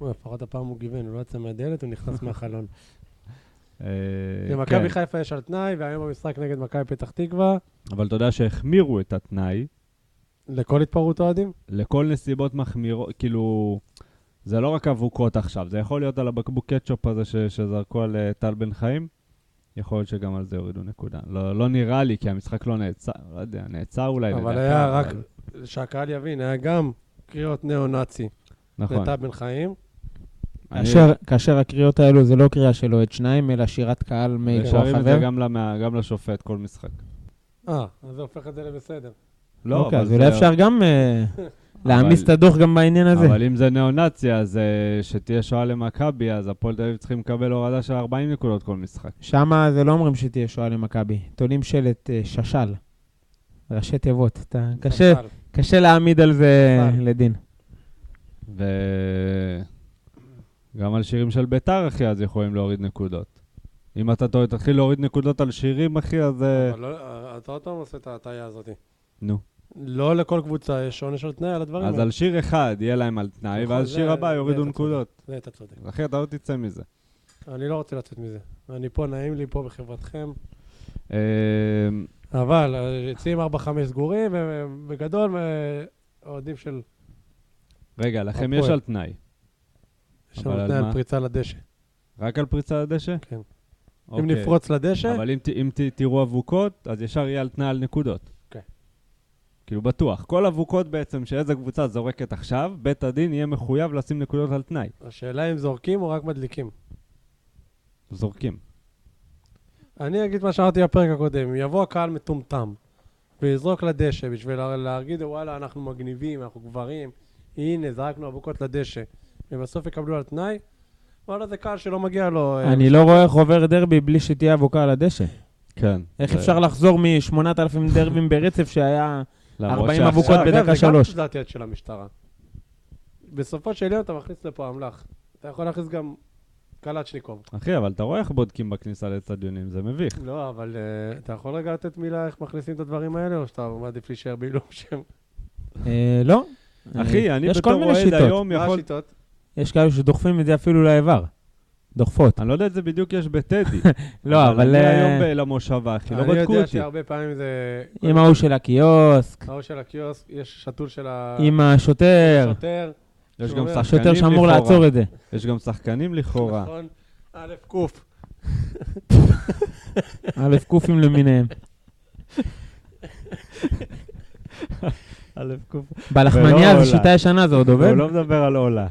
C: וואי, לפחות הפעם הוא גיוון, הוא לא יצא מהדלת, הוא נכנס מהחלון.
A: אה,
C: למכבי
A: כן.
C: חיפה יש על תנאי, והיום במשחק נגד מכבי פתח תקווה,
A: אבל אתה יודע שהחמירו את התנאי
C: לכל התפרעות אוהדים.
A: אה, לכל נסיבות מחמירות, כאילו, זה לא רק אבוקות עכשיו, זה יכול להיות על הבקבוק קטשופ הזה ש- שזרקו על אה, טל בן חיים. יכול להיות שגם על זה יורידו נקודה. לא, לא נראה לי, כי המשחק לא נעצר, לא יודע, נעצר אולי.
C: אבל
A: לדעתי,
C: היה רק, שהקהל יבין, היה גם קריאות ניאו-נאצי.
A: נכון.
C: נטע בן חיים.
A: אני-
B: כאשר, כאשר הקריאות האלו זה לא קריאה של אוהד שניים, אלא שירת קהל מאיתו
A: ושרים את זה
B: החבר.
A: גם, למה, גם לשופט כל משחק.
C: אה, אז זה הופך את זה לבסדר.
A: לא,
B: אוקיי,
A: אבל
B: אז אולי
A: זה-
B: אפשר גם אה, להעמיס את הדוח גם בעניין הזה.
A: אבל אם זה ניאו-נאצי, אז אה, שתהיה שואה למכבי, אז הפועל תל אביב צריכים לקבל הורדה של 40 נקודות כל משחק.
B: שמה זה לא אומרים שתהיה שואה למכבי, תולים שלט אה, שש"ל, ראשי תיבות. אתה- קשה-
C: אבל-
B: קשה להעמיד על זה
C: אבל.
B: לדין.
A: וגם על שירים של ביתר, אחי, אז יכולים להוריד נקודות. אם אתה ת- תתחיל להוריד נקודות על שירים, אחי, אז... אה,
C: אבל לא- אתה עוד פעם עושה את ההטעיה הזאת.
A: נו.
C: לא לכל קבוצה יש עונש על תנאי על הדברים
A: אז
C: האלה.
A: על שיר אחד יהיה להם על תנאי,
C: נכון,
A: ועל
C: זה-
A: שיר הבא
C: זה
A: יורידו
C: אתה צודק.
A: נקודות.
C: זה אתה צודק.
A: אחי, אתה לא תצא מזה.
C: אני לא רוצה לצאת מזה. אני פה, נעים לי פה בחברתכם.
A: אה,
C: אבל אה, יוצאים 4-5 סגורים, ובגדול, אה, אוהדים של...
A: רגע, לכם
C: הפועל.
A: יש על תנאי.
C: יש
A: אבל
C: לנו
A: על
C: תנאי
A: מה?
C: על פריצה לדשא.
A: רק על פריצה לדשא?
C: כן. אם
A: אוקיי.
C: נפרוץ לדשא,
A: אבל אם, ת- אם ת, תראו אבוקות, אז ישר יהיה על תנאי על נקודות.
C: אוקיי.
A: כאילו, בטוח. כל אבוקות בעצם שאיזה קבוצה זורקת עכשיו, בית הדין יהיה מחויב לשים נקודות על תנאי.
C: השאלה אם זורקים או רק מדליקים.
A: זורקים.
C: אני אגיד מה שאמרתי בפרק הקודם, אם יבוא הקהל מטומטם ויזרוק לדשא בשביל לה- להגיד וואלה אנחנו מגניבים, אנחנו גברים, הנה זרקנו אבוקות לדשא, ובסוף יקבלו על תנאי, וואלה זה קהל שלא מגיע לו. אה,
B: אני לא רואה איך עובר דרבי בלי שתהיה אבוקה על הדשא.
A: כן.
B: איך אפשר לחזור מ-8,000 דרבים ברצף שהיה... 40 אבוקות
C: אגב,
B: בדקה שלוש.
C: זה גם תזזתי של המשטרה. בסופו של יום אתה מכניס לפה אמל"ח, אתה יכול להכניס גם קלצ'ניקוב.
A: אחי, אבל אתה רואה איך בודקים בכניסה לאצטדיונים, זה מביך.
C: לא, אבל אה, אתה יכול רגע לתת מילה איך מכניסים את הדברים האלה, או שאתה מעדיף להישאר בעילום שם?
B: אה, לא.
A: אחי,
B: אה,
A: אני
B: יש
A: בתור
B: כל מיני
A: אוהד
B: שיטות.
A: היום
C: מה
A: יכול...
C: השיטות?
B: יש כאלה שדוחפים את זה אפילו לאיבר. דוחפות.
A: אני לא יודע את זה בדיוק יש בטדי.
B: לא, אבל...
A: אני
B: אה,
A: היום ב- למושבה, אחי, לא
C: אני
A: בדקו
C: יודע
A: אותי.
C: שהרבה פעמים זה...
A: אה.
B: עם ההוא של הקיוסק,
C: ההוא של הקיוסק, יש שתול של
A: אה.
B: עם השוטר.
C: השוטר.
A: יש גם
C: שומר.
A: שחקנים
B: השוטר שאמור
A: לכאורה.
B: לעצור את זה.
A: יש גם שחקנים לכאורה.
C: נכון, א' ק'.
B: א' קופים למיניהם.
A: א' ק'.
B: בלחמניה
A: עולה.
B: זו שיטה ישנה, זה עוד עובד?
A: הוא לא מדבר על עולה.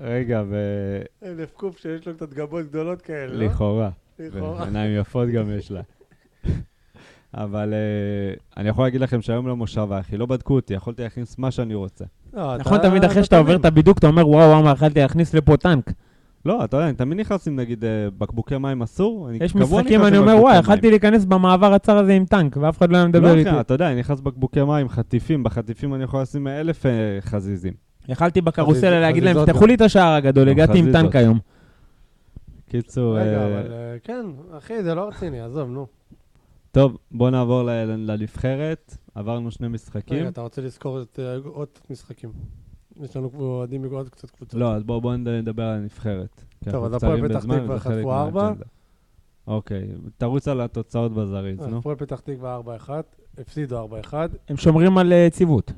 A: רגע, ו-
C: א' ק' שיש לו קצת גבות גדולות כאלה, לא?
A: לכאורה.
C: לכאורה.
A: ועיניים יפות גם יש לה. אבל אה, אני יכול להגיד לכם שהיום למושבה, אחי, לא בדקו אותי, יכולתי להכניס מה שאני רוצה.
C: לא, אתה-
B: נכון, תמיד אחרי שאתה עובר את הבידוק, אתה אומר, וואו, וואו, מה, יכלתי להכניס לפה טנק.
A: לא, אתה יודע, אני תמיד נכנס עם נגיד אה, בקבוקי מים אסור. אני
B: יש
A: קבוע
B: משחקים,
A: נכנס
B: אני
A: עם
B: אומר,
A: בקבוקי
B: וואי,
A: מים."
B: יכלתי להיכנס במעבר הצר הזה עם טנק, ואף אחד לא היה מדבר
A: לא,
B: איתי.
A: אחי, אתה יודע, אני נכנס בקבוקי מים, חטיפים, בחטיפים אני יכול לשים אלף אה, חזיזים.
B: יכלתי בקרוסלה
C: חזיז-
B: להגיד להם,
C: חזיזות
B: פתחו
C: גם.
B: לי את השער הגדול,
A: גם
B: הגעתי עם
A: חזיזות.
B: טנק היום.
A: קיצור,
C: רגע,
A: אה,
C: אבל אה, כן, אחי, זה לא רציני, עזוב, נו.
A: טוב, בוא נעבור ל- לנבחרת. עברנו שני משחקים.
C: רגע, אתה רוצה לזכור את, אה, עוד משחקים. יש לנו פה אוהדים מגוד קצת קבוצות.
A: לא, אז בואו בוא נדבר על הנבחרת. כי
C: טוב,
A: אנחנו
C: אז הפועל
A: קצרים
C: פתח
A: בזמן,
C: תקווה
A: וזה חלק
C: חטפו
A: מהאג'נדה.
C: ארבע.
A: אוקיי, תרוץ על התוצאות בזריז,
C: אז
A: נו.
C: אה, הפועל פתח תקווה 4-1, הפסידו 4-1.
B: הם שומרים על אה, יציבות.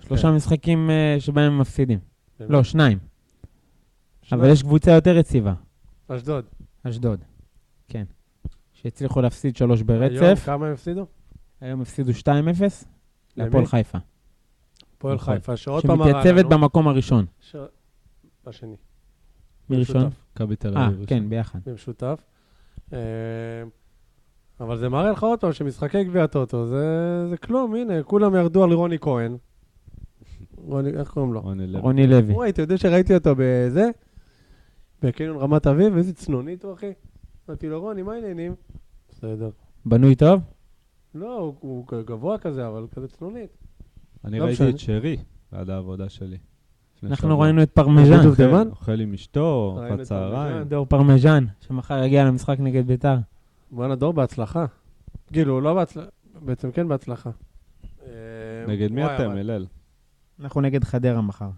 B: שלושה משחקים אה, שבהם הם מפסידים. לא, שניים. אבל
C: שניים.
B: יש קבוצה יותר יציבה,
C: אשדוד.
B: אשדוד. כן. שהצליחו להפסיד שלוש
C: היום,
B: ברצף,
C: כמה הם הפסידו?
B: היום הפסידו 2-0 להפועל חיפה.
C: הפועל
A: נכון.
C: חיפה, שעוד פעם לא? הראה
B: שמתייצבת
C: לנו-
B: במקום הראשון.
C: ש- השני.
B: מראשון?
C: במשותף,
A: מכבי תל
B: אה,
A: אביב.
B: כן, ביחד.
C: במשותף. אה, אבל זה מראה לך עוד פעם שמשחקי גביע טוטו, זה זה כלום, הנה, כולם ירדו על רוני כהן. רוני, איך קוראים לו?
A: רוני לוי.
B: רוני לוי.
C: וואי, אתה יודע שראיתי אותו בזה? בקניון רמת אביב, איזה צנונית הוא, אחי. אמרתי לו, רוני, מה העניינים? בסדר.
B: בנוי טוב?
C: לא, הוא- הוא גבוה כזה, אבל כזה צנונית.
A: אני
C: לא
A: ראיתי
C: משנה.
A: את שרי ליד העבודה שלי. לפני שבוע.
B: אנחנו ראינו את
C: יש
B: פרמז'ן.
C: דובדבן?
A: כן,
C: דובדבן?
A: אוכל עם אשתו,
C: ראינו
A: ארוחת
C: את
A: צהריים.
C: פרמז'ן.
B: דור פרמז'ן, שמחר יגיע למשחק נגד ביתר.
C: וואלה, דור בהצלחה. כאילו, לא בהצלחה, בעצם כן בהצלחה. אה,
A: נגד מי
C: וואי,
A: אתם,
C: אבל-
A: הלל?
B: אנחנו נגד חדרה מחר.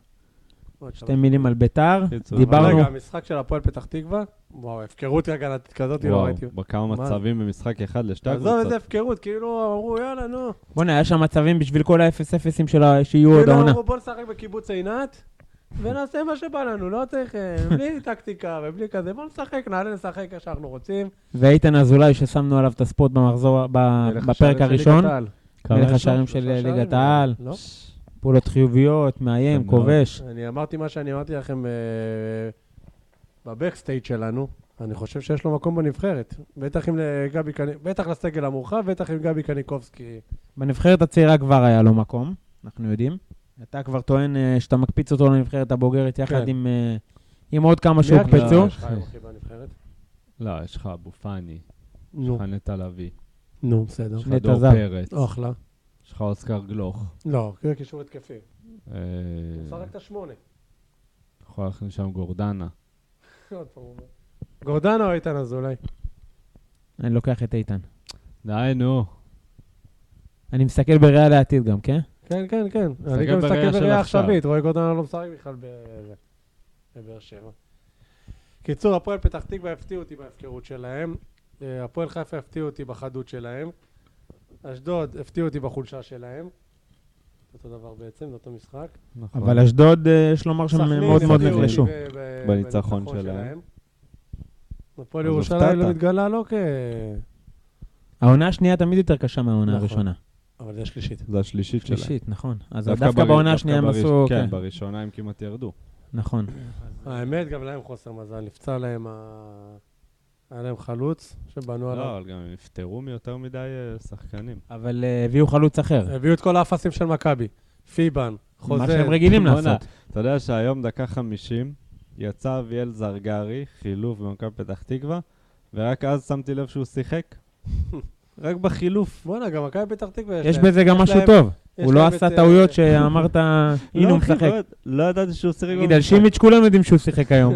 C: וואי,
B: שתי מילים על ביתר,
A: קיצור,
B: דיברנו.
C: רגע, המשחק של הפועל פתח תקווה, וואו, הפקרות הגנתית כזאת, לא ראיתי.
A: וואו, בכמה
C: מה?
A: מצבים במשחק אחד לשתי
C: עזוב
A: הקבוצות.
C: איזה הפקרות, כאילו אמרו, יאללה, נו.
B: בואנה, היה שם מצבים בשביל כל האפס אפסים שלה שיהיו עוד
C: כאילו
B: העונה.
C: אמרו, בוא נשחק בקיבוץ עינת, ונעשה מה שבא לנו, לא צריך, אה, בלי טקטיקה ובלי כזה. בואו נשחק, נעלה לשחק איך שאנחנו רוצים.
B: ואיתן אזולאי, ששמנו עליו את הספורט במחזור, ב- אה, בפרק הראשון, מלך השערים של
C: שלושה שערים,
B: ליגת העל,
C: לא? כן,
B: פעולות חיוביות, מאיים,
A: מאוד.
B: כובש.
C: אני אמרתי מה שאני אמרתי לכם אה, בבקסטייג' שלנו. אני חושב שיש לו מקום בנבחרת. בטח אם לגבי קני... בטח לסגל המורחב, בטח עם גבי קניקובסקי.
B: בנבחרת הצעירה כבר היה לו מקום, אנחנו יודעים. אתה כבר טוען אה, שאתה מקפיץ אותו לנבחרת הבוגרת יחד
C: כן.
B: עם, אה, עם עוד כמה
C: מי הקשר
B: שהוקפצו.
C: שלך עם אחי בנבחרת?
A: לא, יש לך אבו פאני, יש
C: נו,
A: לך נטע לביא,
C: נו, בסדר.
A: יש לך
B: נטע
A: דור
B: זר.
A: פרץ,
C: אחלה.
A: יש לך אוסקר גלוך.
C: לא, כאילו קישור התקפי.
A: אה,
C: הוא שחק את השמונה.
A: יכול להכניס שם גורדנה.
C: עוד פעם הוא אומר. גורדנה או איתן אזולאי?
B: אני לוקח את איתן.
A: די, נו.
B: אני מסתכל בראייה לעתיד גם, כן?
C: כן, כן, כן. אני
A: מסתכל בראייה
C: גם
A: של
C: מסתכל בראייה
A: עכשיו.
C: עכשווית, רועי גורדנה לא משחק בכלל בזה, בבאר שבע. קיצור, הפועל פתח תקווה הפתיעו אותי בהפקרות שלהם. אה, הפועל חיפה הפתיעו אותי בחדות שלהם. אשדוד הפתיעו אותי בחולשה שלהם. אותו דבר בעצם, זה אותו משחק.
A: נכון.
B: אבל אשדוד, אה, יש לומר שהם
C: סכנין
B: מאוד מאוד
C: הפתיעו אותי
B: נחלשו.
C: ב- ב-
A: בניצחון שלהם.
C: הפועל
A: אז
C: ירושלים
A: הופתעת.
C: לא מתגלה לא כ...
B: העונה השנייה תמיד יותר קשה מהעונה
C: נכון.
B: הראשונה.
C: אבל זה השלישית.
A: זה השלישית שלהם.
B: שלישית, נכון. אז
A: דווקא
B: דווקא
A: בר-
B: בעונה
A: דווקא
B: השנייה הם
A: בראש-
B: עשו...
A: כן,
B: כן,
A: בראשונה הם כמעט ירדו.
B: נכון.
C: האמת, גם להם חוסר מזל. נפצע להם ה... היה להם חלוץ שבנו עליו.
A: לא, אבל גם הם נפטרו מיותר מדי אה, שחקנים.
B: אבל אה, הביאו חלוץ אחר,
C: הביאו את כל האפסים של מכבי. פיבן, חוזר.
B: מה שהם רגילים
A: בואנה,
B: לעשות.
A: אתה יודע שהיום דקה 50, יצא אביאל זרגרי, חילוף במכבי פתח תקווה, ורק אז שמתי לב שהוא שיחק. רק בחילוף.
C: בואנה, גם מכבי פתח תקווה
B: יש בזה גם משהו
C: להם-
B: טוב.
C: יש
B: הוא לא
C: להם
B: עשה
C: את, אה,
B: טעויות שאמרת, הנה
A: לא,
B: הוא
A: אחי,
B: משחק.
A: באמת, לא ידעתי שהוא שיחק.
B: תגיד, על
A: במשחק.
B: שימיץ' כולם יודעים שהוא שיחק היום.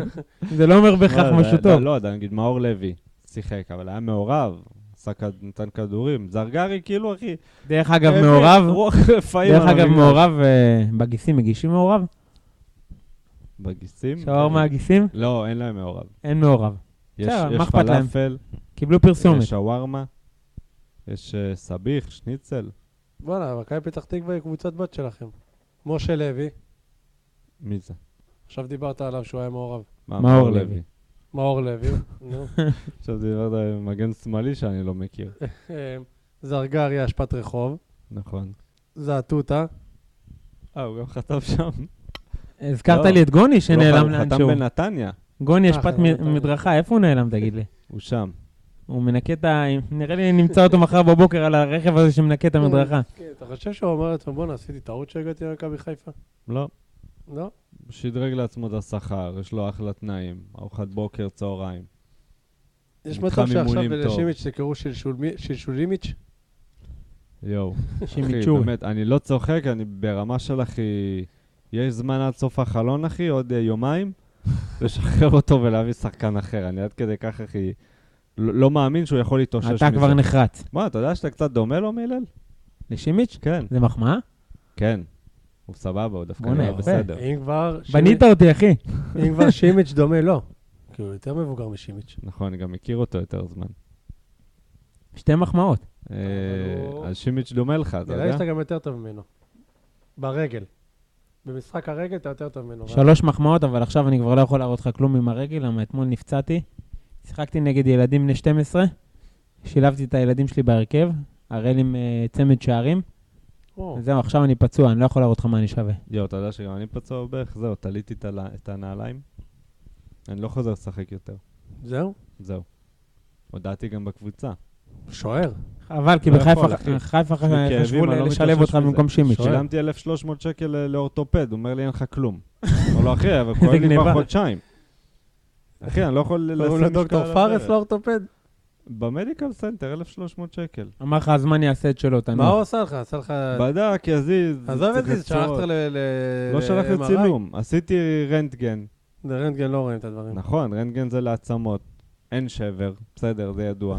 B: זה לא אומר בהכרח
A: לא,
B: משהו
A: לא,
B: טוב.
A: לא, יודע, נגיד מאור לוי שיחק, אבל היה מעורב, עשה כד- נתן כדורים. זרגרי כאילו, אחי...
B: דרך אגב,
A: הביא
B: מעורב,
A: רוח רפאים.
B: דרך
A: על
B: אגב,
A: המגרש.
B: מעורב, אה, בגיסים מגישים מעורב?
A: בגיסים?
B: שער מהגיסים?
A: לא, אין להם מעורב.
B: אין מעורב.
A: יש
B: בסדר,
A: יש
B: מה אכפת להם?
A: פלאפל,
B: קיבלו פרסומת.
A: יש שווארמה, יש אה, סביח, שניצל,
C: בואנה, מכבי פתח תקווה היא קבוצת בת שלכם. משה לוי,
A: מי זה?
C: עכשיו דיברת עליו שהוא היה מעורב.
A: מה,
B: מאור לוי.
C: מאור לוי, נו.
A: עכשיו דיברת על מגן שמאלי שאני לא מכיר.
C: אה, זרגריה, אשפת רחוב.
A: נכון.
C: זעתותה.
A: אה, הוא גם חטף שם.
B: הזכרת
A: לא.
B: לי את גוני שנעלם
A: הוא
B: לאן
A: חתם
B: שהוא.
A: בנתניה,
B: גוני
C: אה,
B: אשפת
A: לא
C: חתם בנתניה.
B: מדרכה, איפה הוא נעלם, תגיד לי?
A: הוא שם.
B: הוא מנקה את ה... נראה לי נמצא אותו מחר בבוקר על הרכב הזה שמנקה את המדרכה.
C: כן, אתה חושב שהוא אומר לעצמו, בואנה, עשיתי טעות שהגעתי למכבי חיפה?
A: לא,
C: לא?
A: הוא שדרג לעצמו את השכר, יש לו אחלה תנאים, ארוחת בוקר, צהריים.
C: יש
A: מתחם
C: מצב שעכשיו
A: אימונים טוב.
C: לשימיץ' תקראו שלשולמי- שלשולימיץ'?
A: יואו. אחי,
B: שימיצ'ורי.
A: באמת, אני לא צוחק, אני ברמה של אחי... יש זמן עד סוף החלון, אחי, עוד אה, יומיים, לשחרר אותו ולהביא שחקן אחר. אני עד כדי כך, אחי, לא לא מאמין שהוא יכול להתאושש מזה.
B: אתה כבר נחרץ.
A: מה, אתה יודע שאתה קצת דומה לו, מילל?
B: לשימיץ'?
A: כן,
B: זה מחמאה?
A: כן. הוא סבבה, הוא דווקא
B: בואנה,
A: נראה
B: יפה.
A: בסדר.
C: אם כבר...
B: בנית אותי, אחי.
C: אם כבר שימיץ' דומה, לא. כי הוא יותר מבוגר משימיץ'.
A: נכון, אני גם מכיר אותו יותר זמן.
B: שתי מחמאות.
A: אה,
C: הוא-
A: אז שימיץ' דומה לך, אתה
C: נראה לי
A: יודע?
C: שאתה גם יותר טוב ממנו. ברגל. במשחק הרגל אתה יותר טוב ממנו.
B: שלוש מחמאות, אבל עכשיו אני כבר לא יכול להראות לך כלום עם הרגל, למה אתמול נפצעתי. שיחקתי נגד ילדים בני 12, שילבתי את הילדים שלי בהרכב, הראל עם אה, צמד שערים,
C: או,
B: וזהו, עכשיו אני פצוע, אני לא יכול להראות לך מה אני שווה.
A: יואו, אתה יודע שגם אני פצוע בברך? זהו, תליתי את הל- את הנעליים. אני לא חוזר לשחק יותר.
C: זהו?
A: זהו. הודעתי גם
C: אה,
A: בקבוצה.
C: שוער.
B: חבל, כי
A: לא
B: בחיפה
A: יכול, אחי.
B: חיפה
A: לי כאבים,
B: חשבו
A: אני לא
B: לשלב
A: מתאושש
B: אותך
A: מזה.
B: במקום שימיץ'.
C: שואל.
A: שילמתי 1,300 שקל אה, לאורתופד, הוא אומר לי אין לך כלום. אמר לו, אחי, אבל כואב לי
B: גניבה.
A: כבר חודשיים. אחי, אני לא יכול לשים
C: קוראים לו
A: משקל
C: דוקטור
A: על
C: פארס לא?
A: הברך.
C: לאורתופד?
A: במדיקל סנטר, 1,300 שקל.
B: אמר לך, הזמן יעשה את שלו,
C: מה הוא
B: תנוח.
C: עשה לך? עשה לך...
A: בדק, יזיז.
C: אה, עזוב את
A: צריך
C: זה,
A: לצרות.
C: שלחת ל... ל-
A: לא שלח
C: MRI?
A: לצילום, עשיתי רנטגן.
C: לרנטגן לא רואים את הדברים.
A: נכון, רנטגן זה לעצמות. אין שבר, בסדר, זה ידוע.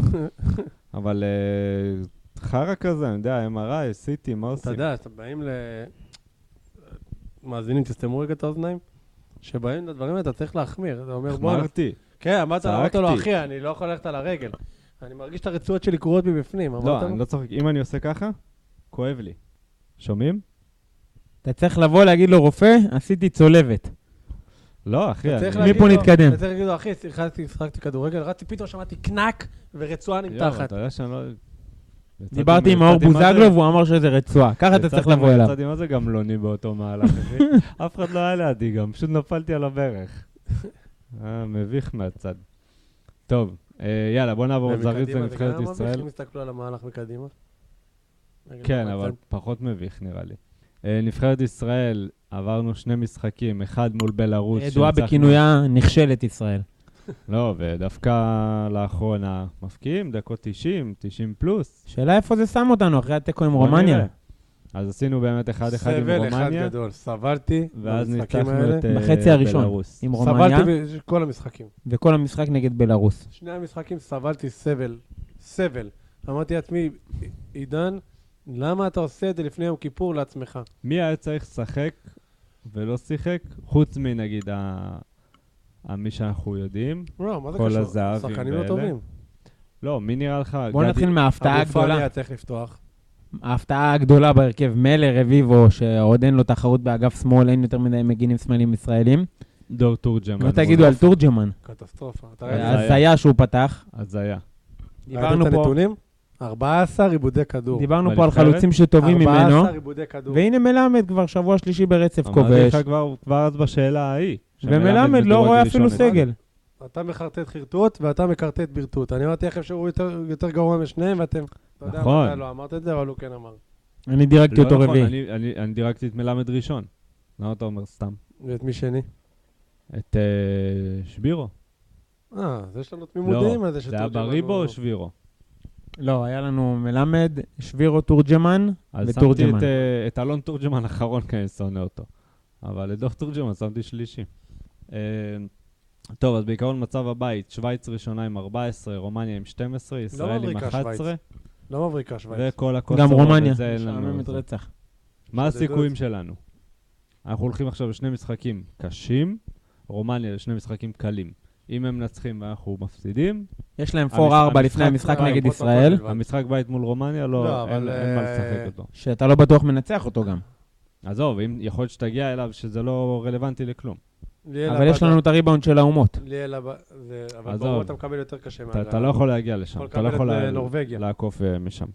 A: אבל אה, חרא כזה, אני יודע, MRI, CT, מה
C: אתה
A: עושים?
C: יודע, אתם באים ל... מאזינים, תסתמו רגע את האוזניים. שבאים לדברים האלה, אתה צריך להחמיר. אתה אומר, בוא...
A: החמרתי.
C: כן, אמרת, אמרת לו,
A: צעקתי.
C: אחי, אני לא יכול ללכת על הרגל. אני מרגיש את הרצועות שלי קרועות מבפנים. אמרת
A: לא,
C: לו?
A: אני לא צוחק. אם אני עושה ככה, כואב לי. שומעים?
B: אתה צריך לבוא להגיד לו, רופא, עשיתי צולבת.
A: לא, אחי,
C: צריך
A: אני...
C: להגיד
B: מפה
C: לו-
B: נתקדם?
C: אתה צריך להגיד לו, אחי, שיחקתי שיחקתי כדורגל, רצתי, פתאום שמעתי קנק ורצועה
A: יואו,
C: נמתחת.
A: אתה יודע שאני לא... יצאתי
B: דיברתי עם
A: מ-
B: מאור
A: יצאתי מה זה-
B: בוזגלו והוא אמר שזה רצועה. ככה אתה
A: יצאתי
B: צריך
A: מה-
B: לבוא אליו.
A: יצאתי מה זה גמלוני באותו מהלך, אחי? אף אחד לא היה לידי גם, פשוט נפלתי על הברך. אה, מביך מהצד. טוב, אה, יאללה, בוא נעבור זריז
C: ומקדימה זה גם
A: לנבחרת
C: היה מביך
A: ישראל.
C: אם הסתכלו על המהלך מקדימה. רגע,
A: כן,
C: למה
A: אבל
C: הצד?
A: פחות מביך נראה לי. אה, נבחרת ישראל, עברנו שני משחקים, אחד מול בלארוס.
B: ידועה
A: שניצחנו-
B: בכינויה נכשלת ישראל.
A: לא, ודווקא לאחרונה מפקיעים, דקות 90, 90 פלוס.
B: שאלה איפה זה שם אותנו אחרי התיקו עם
A: בוא
B: רומניה.
A: נראה. אז עשינו באמת 1-1 עם
C: סבל אחד
A: רומניה,
C: גדול, סבלתי
A: ואז
C: במשחקים
A: ניצחנו
C: האלה.
A: את אה,
B: בחצי הראשון.
A: בלארוס.
B: עם רומניה,
C: סבלתי בכל המשחקים.
B: וכל המשחק נגד בלארוס.
C: שני המשחקים סבלתי סבל, סבל. אמרתי לעצמי, עידן, למה אתה עושה את זה לפני יום כיפור לעצמך?
A: מי היה צריך לשחק ולא שיחק, חוץ מנגיד ה... ה- מי שאנחנו יודעים?
C: לא, מה זה
A: כל
C: קשור?
A: הזהבים
C: שחקנים לא
A: ואלה.
C: טובים.
A: לא, מי נראה לך?
B: בואו
A: גדי-
B: נתחיל מההפתעה
C: אבו פאני
B: הגדולה.
C: היה צריך לפתוח.
B: ההפתעה הגדולה בהרכב, מילא רביבו, שעוד אין לו תחרות באגף שמאל, אין יותר מדי מגינים שמאלים ישראלים.
A: דור תורג'מן.
B: לא תגידו על תורג'מן.
C: קטסטרופה. אתה ראית-
A: היה.
B: הזיה שהוא פתח.
A: הזיה.
B: דיברנו
C: ראית את
B: פה-
C: הנתונים? 14 עיבודי כדור.
B: דיברנו פה על
A: בנבחרת?
B: חלוצים שטובים ממנו,
C: 14 עיבודי כדור.
B: והנה מלמד כבר שבוע שלישי ברצף
A: אמרתי
B: כובש,
A: לך כבר- כבר אז בשאלה ההיא.
B: ומלמד לא
A: מדורג
B: רואה
A: ראשון
B: אפילו
A: אחד.
B: סגל.
C: אתה מחרטט חרטוט ואתה מקרטט ברטוט. אני אמרתי לכם שהוא יותר- יותר גרוע משניהם, ואתם... אתה יודע,
A: נכון.
C: אתה לא אמרת את זה, אבל הוא כן אמר.
B: אני דירקתי
A: לא
B: אותו
A: נכון,
B: רביעי.
A: אני- אני- אני דירקתי את מלמד ראשון. למה אתה אומר סתם?
C: ואת מי שני?
A: את אה, שבירו.
C: אה, אז יש לנו תמימות דעים
A: לא,
C: על זה
A: זה היה
C: שתורג'מן הוא-
A: בריבו או שבירו?
B: לא, היה לנו מלמד, שבירו תורג'מן
A: אז שמתי
B: ותורג'מן.
A: את, אה, את אלון תורג'מן האחרון, כי אני שונא אותו. אבל את דוח תורג'מן שמתי שלישי. אה, טוב, אז בעיקרון מצב הבית, שווייץ ראשונה עם 14, רומניה עם 12, ישראל עם
C: לא מבריקה,
A: 11,
C: לא מבריקה שווייץ.
A: וכל הכוס
B: גם
A: הרוב
B: רומניה,
A: הזה אין לנו
B: משעממת
A: זה.
B: רצח.
A: מה
C: שדדו
A: הסיכויים
C: את
A: שלנו? אנחנו הולכים עכשיו לשני משחקים קשים, רומניה לשני משחקים קלים. אם הם מנצחים ואנחנו מפסידים,
B: יש להם
A: המשחק-
B: 4-4 לפני
A: המשחק-
B: המשחק
A: אה,
B: נגד
C: פרוטוקול
B: ישראל,
C: בלבד.
A: המשחק בית מול רומניה,
C: לא,
A: לא, אין
C: אבל,
A: אין מה
C: אה,
A: לשחק אותו.
B: שאתה לא בטוח מנצח אותו גם.
A: עזוב, אם יכול להיות שתגיע אליו שזה לא רלוונטי לכלום.
C: ליאל
B: אבל יש
C: עבדה-
B: לנו את הריבאונד של האומות.
C: ליאל עבדה- זה- אבל
A: עזוב.
C: ברור אתה מקבל יותר קשה
A: אתה,
C: מהגרלה.
A: אתה לא יכול להגיע לשם,
C: יכול
A: אתה לא
C: לקבל
A: יכול
C: את,
A: לה-
C: אה, נורבגיה.
A: לעקוף אה, משם.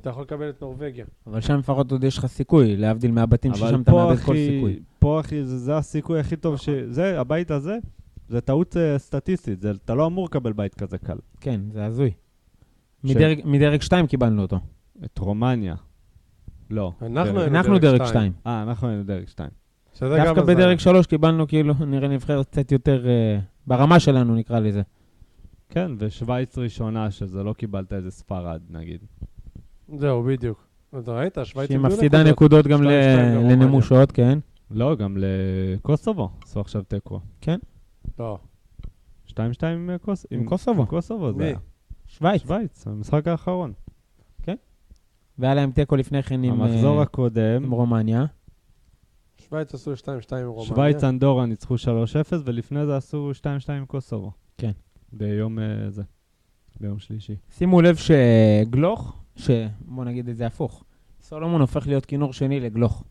C: אתה יכול לקבל את נורבגיה.
B: אבל שם לפחות עוד יש לך סיכוי, להבדיל מהבתים ששם אתה מאבד כל סיכוי.
A: פה אחי, זה, זה הסיכוי הכי טוב, ש...
C: נכון.
A: זה, הבית הזה, זה טעות אה, סטטיסטית, זה, אתה לא אמור לקבל בית כזה קל.
B: כן, זה הזוי.
A: ש- כן,
B: מדרג- מדרג 2 קיבלנו אותו.
A: את רומניה, לא.
C: אנחנו
A: דרג-
C: היינו-
B: אנחנו
C: דרג
B: דרג 2.
C: שתיים.
A: אה, אנחנו היינו דרג 2.
C: שזה גם
B: דווקא
C: הזיה.
B: בדרג 3 קיבלנו כאילו, נראה נבחרת קצת יותר, אה, ברמה שלנו נקרא לזה.
A: כן, ושווייץ ראשונה, שזה לא קיבלת איזה ספרד, נגיד.
C: זהו, בדיוק. אתה ראית, שווייץ...
B: שהיא
C: איבדו
B: מפסידה נקודות גם
C: שתיים,
B: ל-
C: שתיים לרומניה.
B: לנמושות, כן.
A: לא, גם לקוסובו, עשו עכשיו תיקו.
C: לא.
A: 2-2 עם אה, קוס-
B: עם קוסובו.
A: עם קוסובו זה
C: מי?
A: היה.
B: שווייץ.
A: שווייץ, המשחק האחרון.
B: והיה להם תיקו לפני כן עם, אה,
A: המחזור הקודם,
B: עם רומניה.
C: שווייץ עשו 2-2 עם רומניה.
A: שווייץ אנדורה ניצחו 3-0, ולפני זה עשו 2-2 עם קוסובו.
B: כן.
A: ביום אה, זה, ביום שלישי.
B: שימו לב שגלוך, ש... בוא נגיד את זה הפוך, סולומון הופך להיות כינור שני לגלוך.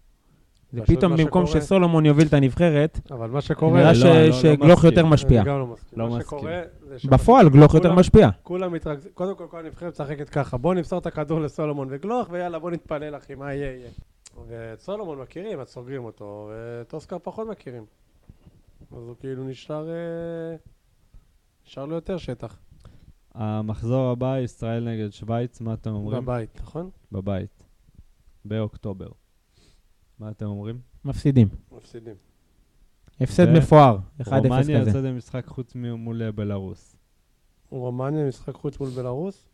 B: זה
C: פשוט
B: פתאום
C: מה
B: במקום
C: שקורה-
B: שסולומון יוביל את הנבחרת,
C: אבל מה שקורה...
B: נראה
A: לא,
B: ש-
A: לא, לא
B: שגלוך
A: מסכים.
B: יותר משפיע.
C: אני גם לא מסכים.
A: לא
C: מה
A: מסכים.
C: שקורה זה ש-
B: בפועל גלוך יותר
C: כולם-
B: משפיע.
C: כולם מתרכזים, קודם כל כל הנבחרת משחקת ככה, בוא נמסור את הכדור לסולומון וגלוך, ויאללה בוא נתפלל אחי, מה יהיה יהיה. ואת סולומון מכירים, אז סוגרים אותו, ואת אוסקר פחות מכירים. אז הוא כאילו נשאר, אה, נשאר לו יותר שטח
A: המחזור הבא, ישראל נגד שווייץ, מה אתם אומרים?
C: בבית, נכון?
A: בבית. באוקטובר. מה אתם אומרים?
B: מפסידים.
C: מפסידים.
B: הפסד
A: ו-
B: מפואר, 1-0
A: רומניה
B: כזה.
A: יוצאת למשחק חוץ מ- מול אה, בלארוס.
C: רומניה משחק חוץ מול בלרוס?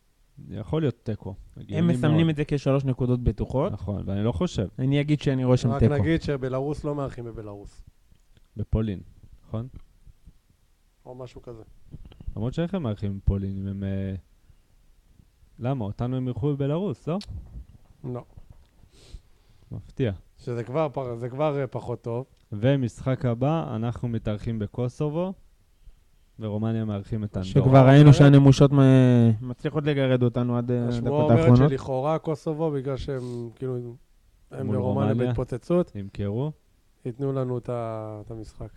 A: יכול להיות תיקו.
B: הם מסמנים את זה כשלוש נקודות בטוחות.
A: נכון, ואני לא חושב.
B: אני אגיד שאני רואה שם
C: רק
B: תיקו.
C: נגיד שבלרוס לא מארחים בבלרוס,
A: בפולין, נכון?
C: או משהו כזה.
A: למרות שאיך הם מארחים בפולין, אם הם... אה, למה? אותנו הם אירחו בבלארוס, לא?
C: לא.
A: מפתיע.
C: שזה כבר, פ- זה כבר אה, פחות טוב.
A: ומשחק הבא, אנחנו מתארחים בקוסובו, ורומניה מארחים את אנדורה.
B: שכבר ראינו שהנמושות מ- מצליחות לגרד אותנו עד אה,
C: השמועה
B: הדקות
C: אומרת
B: האחרונות.
C: שלכאורה קוסובו, בגלל שהם כאילו, הם
A: מול
C: ברומניה
A: רומניה.
C: בהתפוצצות,
A: נמכרו.
C: ייתנו לנו את ה- את המשחק.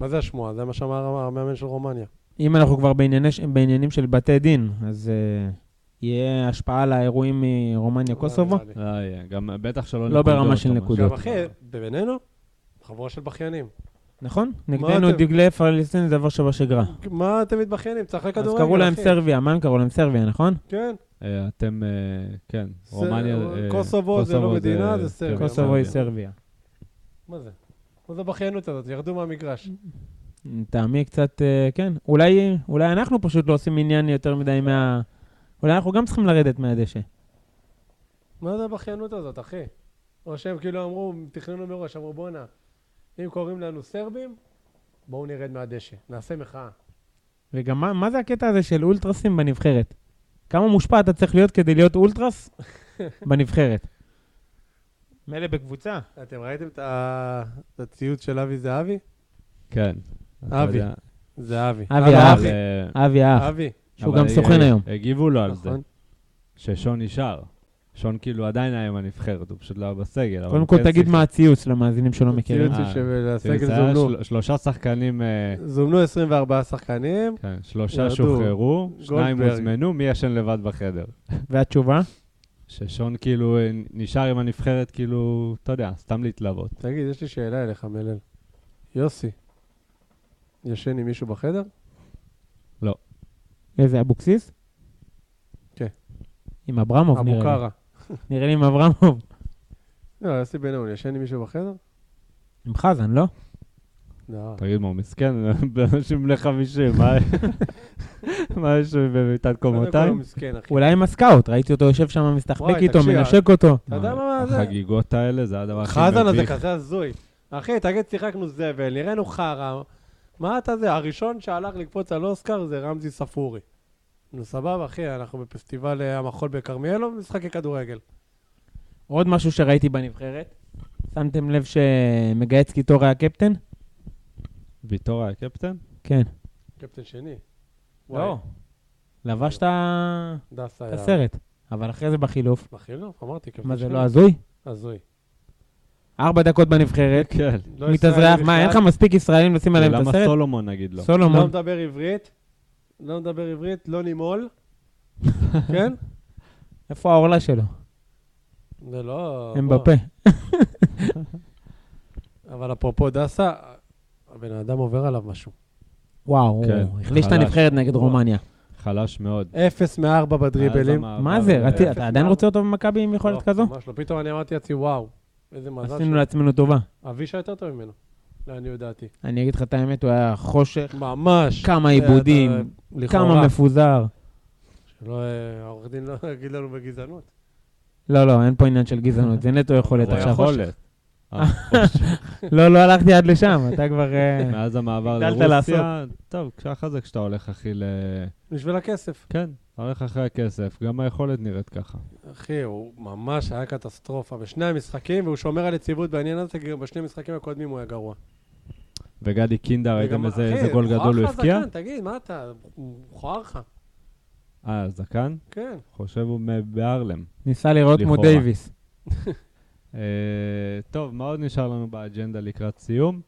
C: מה זה השמועה? זה מה שאמר המאמן של רומניה.
B: אם אנחנו כבר בענייני, ש- בעניינים של בתי דין, אז אה, יהיה השפעה על האירועים מרומניה-קוסובו?
C: לא
A: לא
C: נראה לי.
A: יהיה, גם בטח שלא
B: לא
A: נקודות
B: ברמה
A: או
B: של
A: משהו.
B: נקודות.
C: גם אחי, בינינו, חבורה של בכיינים.
B: נכון?
C: מה
B: נגדנו
C: אתם-
B: דגלי פלסטין זה דבר שבשגרה.
C: מה אתם מתבכיינים? צריך
B: אז
C: לכדורגל, אחי.
B: קראו להם סרביה, מה הם קראו להם סרביה, נכון?
C: כן.
A: אה, אתם, אה, כן,
C: זה-
A: רומניה... אה,
C: קוסובו זה לא מדינה, זה סרביה.
A: כן,
B: קוסובו היא סרביה.
C: מה זה? מה זה הבכיינות הזאת? ירדו מהמגרש.
B: טעמי קצת, אה, כן. אולי, אולי אנחנו פשוט לא עושים עניין יותר מדי מה... אולי אנחנו גם צריכים לרדת מהדשא.
C: מה זה הבכיינות הזאת, אחי? או שהם כאילו אמרו, תכננו מראש, אמרו בואנה, אם קוראים לנו סרבים, בואו נרד מהדשא, נעשה מחאה.
B: וגם מה, מה זה הקטע הזה של אולטרסים בנבחרת? כמה מושפע אתה צריך להיות כדי להיות אולטרס בנבחרת? מילא בקבוצה.
C: אתם ראיתם את ה- את הציוץ של אבי זהבי?
A: כן. אתה
C: אבי.
A: יודע,
C: זהבי. לא,
B: אבי
A: אבל,
B: האח.
A: אה,
B: אבי האח,
C: אבי,
B: שהוא
A: אבל
B: גם
A: אה,
B: סוכן היום.
A: הגיבו לו על זה,
C: נכון.
A: ששון נשאר. שון כאילו עדיין היה עם הנבחרת, הוא פשוט לא היה בסגל. אבל
B: קודם
A: הוא
B: כל
A: כן
B: תגיד
A: שיחק.
B: מה הציוץ למאזינים שלא לא מכירים.
C: הציוץ הוא
A: אה,
C: שבסגל
A: זה היה
C: זומנו.
A: של- שלושה שחקנים, אה,
C: זומנו 24 שחקנים,
A: כן, שלושה
C: ירדו.
A: שוחררו, שניים
C: גולדברג.
A: הוזמנו, מי ישן לבד בחדר?
B: והתשובה?
A: ששון כאילו אה, נשאר עם הנבחרת, כאילו, אתה יודע, סתם להתלוות.
C: תגיד, יש לי שאלה אליך, מלל. יוסי, ישן עם מישהו בחדר?
B: איזה, אבוקסיס?
C: כן.
B: עם אברמוב
C: אבו
B: נראה לי.
C: קארה.
B: נראה לי עם אברמוב.
C: לא, יוסי בן און, ישן עם מישהו בחדר?
B: עם חזן, לא?
C: לא.
A: תגיד, מה, הוא מסכן? אנשים בני חמישים, מה- מה יש במיטת
C: קודם כל הוא
A: קומותיים?
C: מסכן, אחי.
B: אולי עם הסקאוט, ראיתי אותו יושב שם, מסתחבק
C: וואי,
B: איתו,
C: תקשיב,
B: מנשק אותו.
C: אתה
A: אה,
C: יודע מה זה?
A: החגיגות האלה זה הדבר הכי
C: חזן הזה
A: מביך.
C: כזה הזוי. אחי, תגיד, שיחקנו זבל, נראינו חרא. מה אתה זה? הראשון שהלך לקפוץ על אוסקר זה רמזי ספורי. נו, סבבה, אחי, אנחנו בפסטיבל אה, המחול בכרמיאל או במשחקי כדורגל?
B: עוד משהו שראיתי בנבחרת, שמתם לב שמגייץ קיטור היה קפטן?
A: ויטור היה קפטן?
B: כן.
C: קפטן שני.
B: לא. לבש את ה-
C: דס
B: את
C: היה.
B: הסרט, אבל אחרי זה בחילוף.
C: בחילוף, אמרתי, קפטן שני.
B: מה זה, לא הזוי?
C: הזוי.
B: ארבע דקות בנבחרת,
A: כן.
C: לא
B: מתאזרח,
C: ישראלי
B: מה, אין לך
C: בכלל,
B: מספיק ישראלים לשים עליהם את
A: למה
B: הסרט?
A: סולומון נגיד לא?
C: לא
B: סולומון.
C: מדבר עברית, לא מדבר עברית, לא נימול. כן?
B: איפה העורלה שלו?
C: זה לא...
B: הם
C: בוא.
B: בפה.
C: אבל אפרופו דסה, הבן אדם עובר עליו משהו.
B: וואו, הוא
A: כן,
B: החליש את
A: חלש.
B: הנבחרת נגד רומניה.
A: חלש מאוד.
C: אפס מארבע בדריבלים.
A: מאז המעבר
B: מה זה,
A: ל-
B: רצי-
C: אפס
B: אתה עדיין
C: מארבע.
B: רוצה אותו במכבי עם יכולת
C: לא,
B: כזו?
C: ממש לא. פתאום אני אמרתי לעצמי, וואו, איזה מזל
B: עשינו לעצמנו טובה.
C: שאבישי יותר טוב ממנו, לעניות דעתי.
B: אני אגיד לך את האמת, הוא היה חושך,
C: ממש.
B: כמה
C: אה,
B: עיבודים,
C: אתה- לכאורה.
B: כמה מפוזר.
C: שלא, אה, העורך דין לא יגיד לנו בגזענות.
B: לא, לא, אין פה עניין של גזענות, זה נטו יכולת
A: זה
B: עכשיו.
A: יכולת. אה,
B: לא, לא הלכתי עד לשם, אתה כבר... אה,
A: מאז המעבר
B: הגדלת
A: לרוסיה, טוב, ככה זה כשאתה הולך אחי ל...
C: בשביל הכסף.
A: כן, אתה הולך אחרי הכסף, גם היכולת נראית ככה.
C: אחי, הוא ממש היה קטסטרופה בשני המשחקים, והוא שומר על יציבות בעניין הזה, כי גם בשני המשחקים הקודמים הוא היה גרוע.
A: וגדי קינדה, ראיתם
C: וגם-
A: אה, איזה
C: אחי,
A: איזה גול
C: מכוער
A: גדול הוא
C: לך
A: הבקיע?
C: הזקן, תגיד, מה אתה? הוא מכוער לך.
A: אה, זקן?
C: כן.
A: חושב הוא מ- בהרלם.
B: ניסה לראות כמו
A: לכאורה.
B: דייוויס.
A: אה, טוב, מה עוד נשאר לנו באג'נדה לקראת סיום?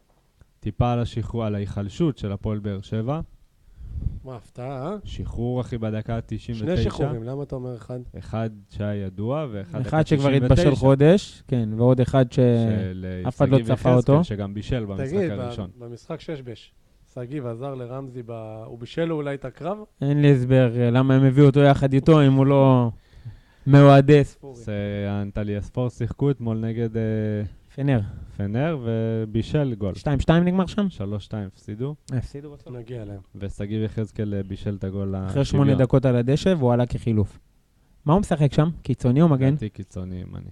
A: טיפה על השחרור, על ההיחלשות של הפועל באר שבע.
C: מה, הפתעה, אה?
A: שחרור, אחי, בדקה ה-99.
C: שני שחרורים, למה אתה אומר אחד?
A: אחד שהיה ידוע, ואחד
B: אחד
A: דקה
B: שכבר
A: 99,
B: התבשל חודש, כן, ועוד אחד ש...
A: של אה,
B: אף אחד לא
A: שגיב
B: צפה
A: יחזקאל,
B: אותו.
A: שגם בישל במשחק
C: תגיד, ב-
A: הראשון.
C: במשחק ששבש, שגיב עזר לרמזי, ב- הוא בישל לו אולי את הקרב?
B: אין לי הסבר אה, למה הם הביאו אותו יחד איתו אם הוא לא מאוהדי ספורי.
A: זה אנטליה ספור שיחקו אתמול נגד אה,
B: פנר.
A: פנר ובישל גול.
B: 2-2 נגמר שם?
A: 3-2 הפסידו,
B: הפסידו בסוף.
C: נגיע אליהם.
A: ושגיב יחזקאל אה, בישל את הגול לשוויון.
B: אחרי שמונה דקות על הדשא והוא עלה כחילוף. מה הוא משחק שם? קיצוני או מגן?
A: לדעתי קיצוני ימני.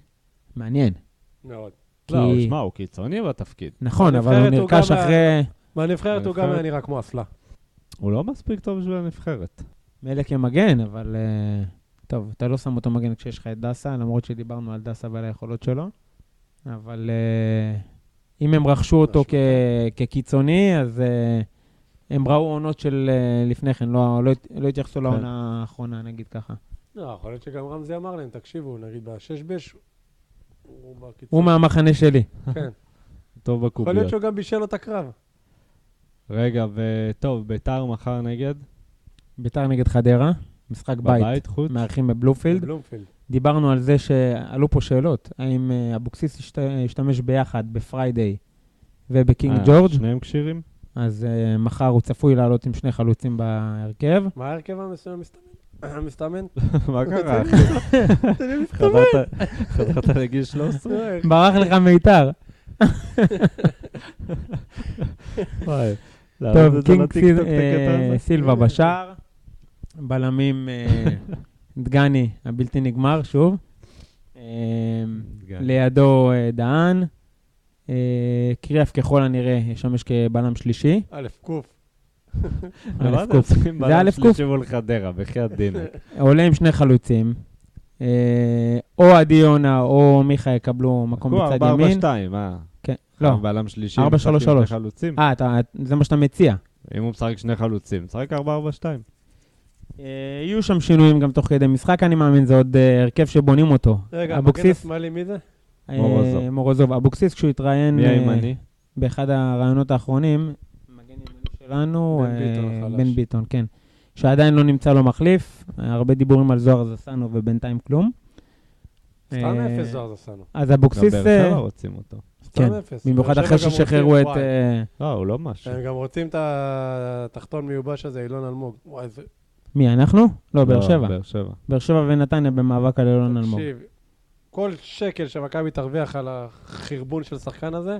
B: מעניין.
C: מאוד.
A: לא,
B: כי-
A: שמע, הוא קיצוני בתפקיד.
B: נכון, אבל הוא
C: בנבחרת הוא
B: נרכש
C: גם
B: אחרי...
C: בנבחרת הוא גם
A: בנבחרת?
C: היה נראה כמו אסלה.
A: הוא לא מספיק טוב בשביל הנבחרת.
B: מילא כמגן, אבל... אה, טוב, אתה לא שם אותו מגן כשיש לך את דסה, למרות שדיברנו על דסה ועל היכולות שלו, אבל אה, אם הם
A: לא
B: רכשו אותו
C: משהו.
B: כ- כקיצוני, אז אה, הם ראו עונות של אה, לפני כן, לא לא הת- לא
A: כן.
B: התייחסו לעונה האחרונה, נגיד ככה.
C: לא, יכול להיות שגם רמזי אמר להם, תקשיבו, נגיד בששבש, הוא בקיצור.
B: הוא מהמחנה שלי.
C: כן.
A: טוב
C: יכול להיות
A: בקוביות.
C: שהוא גם בישל לו את הקרב.
A: רגע, וטוב, ביתר מחר נגד?
B: ביתר נגד חדרה, משחק בית,
A: בבית, חוץ?
B: מארחים בבלומפילד.
C: בלומפילד.
B: דיברנו על זה שעלו פה שאלות, האם אה, אבוקסיס השת- השתמש ביחד בפריידיי ובקינג
A: אה,
B: ג'ורג',
A: שניהם כשירים?
B: אז אה, מחר הוא צפוי לעלות עם שני חלוצים בהרכב.
C: מה ההרכב המסוים המסתמן? המסתמן?
A: מה קרה, אחי? חזרת- חזרת לגיל 13?
B: ברח לך מיתר.
A: וואי. להעלות
B: טוב,
A: את זה
B: קינג
A: לטיקטוק,
B: סיל-
A: את הקטע
B: אה,
A: הזה?
B: סילבה בשער, בלמים אה, דגני הבלתי נגמר, שוב. אה,
A: דגני.
B: לידו אה, דהן. אה, קריאף ככל הנראה ישמש כבלם שלישי.
C: א', ק'.
A: למה
B: אלף
A: אתם
B: קוף.
A: צריכים
B: אה, זה
A: בלם
B: אלף קוף.
A: שלישי מול חדרה, בחייאת דינק?
B: עולה עם שני חלוצים. אה, או עדי יונה או מיכה יקבלו מקום
A: הוא
B: בצד
A: 4-4-2,
B: ימין.
A: אה?
B: כן, לא.
A: בלם שלישי.
B: ארבע,
A: משחק עם
B: שלוש, שלוש.
A: שני חלוצים.
B: אה, אתה- זה מה שאתה מציע.
A: אם הוא משחק שני חלוצים, משחק 4-4-2.
B: כן, אה, יהיו שם שינויים גם תוך כדי משחק, אני מאמין, זה עוד אה, הרכב שבונים אותו.
C: רגע, מגן
B: אבוקסיס,
C: השמאלי מי זה?
B: אה,
A: מורוזוב.
B: מורוזוב. אבוקסיס, כשהוא התראיין
A: מי
B: אה,
A: הימני?
B: באחד הראיונות האחרונים, מגן ימני שלנו,
C: בן
B: אה,
C: ביטון החלש.
B: בן ביטון, כן, שעדיין לא נמצא לו מחליף, אה, הרבה דיבורים על זוהר זסנו ובינתיים כלום.
C: סתם
B: אה,
C: אפס זוהר עשינו.
B: אז אבוקסיס,
A: גם
B: אה,
A: באר שבע רוצים אותו.
B: כן,
C: סתם אפס.
B: במיוחד
C: באר
B: אחרי
C: שבע גם
B: ששחררו את...
C: רוצים, וואי.
B: אה,
A: לא, הוא לא משהו.
C: הם גם רוצים את התחתון מיובש הזה, אילון אלמוג. וואי, איזה...
B: מי, אנחנו? לא, באר שבע.
A: באר שבע.
B: באר שבע ונתניה במאבק על אלון אלמוג.
C: תקשיב, כל שקל שמכבי תרוויח על החרבון של השחקן הזה,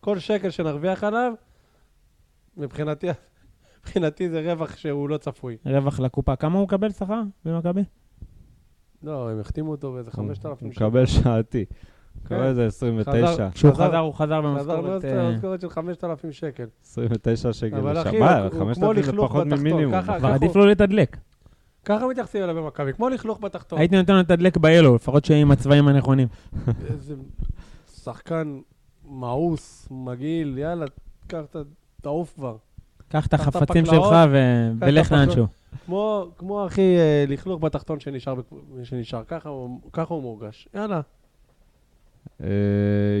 C: כל שקל שנרוויח עליו, מבחינתי, מבחינתי זה רווח שהוא לא צפוי.
B: רווח לקופה. כמה הוא מקבל שכר במכבי?
C: לא, הם החתימו אותו באיזה
A: הוא
C: 5,000
A: הוא מקבל שעתי. מקבל
C: כן.
A: איזה 29.
C: חזר.
B: כשהוא
C: חזר- לא
B: חזר, הוא חזר
C: חזר לו
B: במשכורת... אה,
C: משכורת של 5,000 שקל.
A: 29 שקל
C: אבל אחי,
A: לשבת,
C: הוא- הוא
A: 5,000 זה
C: כמו לכלוך
A: פחות
C: בתחתון,
A: ממינימום.
C: ככה-
B: כבר
C: ככה
B: עדיף
C: הוא-
B: לו לא לתדלק.
C: ככה מתייחסים אליו במכבי, כמו לכלוך בתחתון.
B: הייתי נותן לו לתדלק ב-Yellow, לפחות שיהיה עם הצבעים הנכונים.
C: איזה שחקן מאוס, מגעיל, יאללה, קח את ה... תעוף כבר.
B: קח את
C: קח את
B: החפצים
C: הפקלאות,
B: שלך ו-
C: קח את
B: ולך
C: הפקלאות.
B: לאנשהו.
C: כמו, כמו הכי אה, לכלוך בתחתון שנשאר, בק- שנשאר. ככה, הוא, ככה הוא מורגש. יאללה.
A: אה,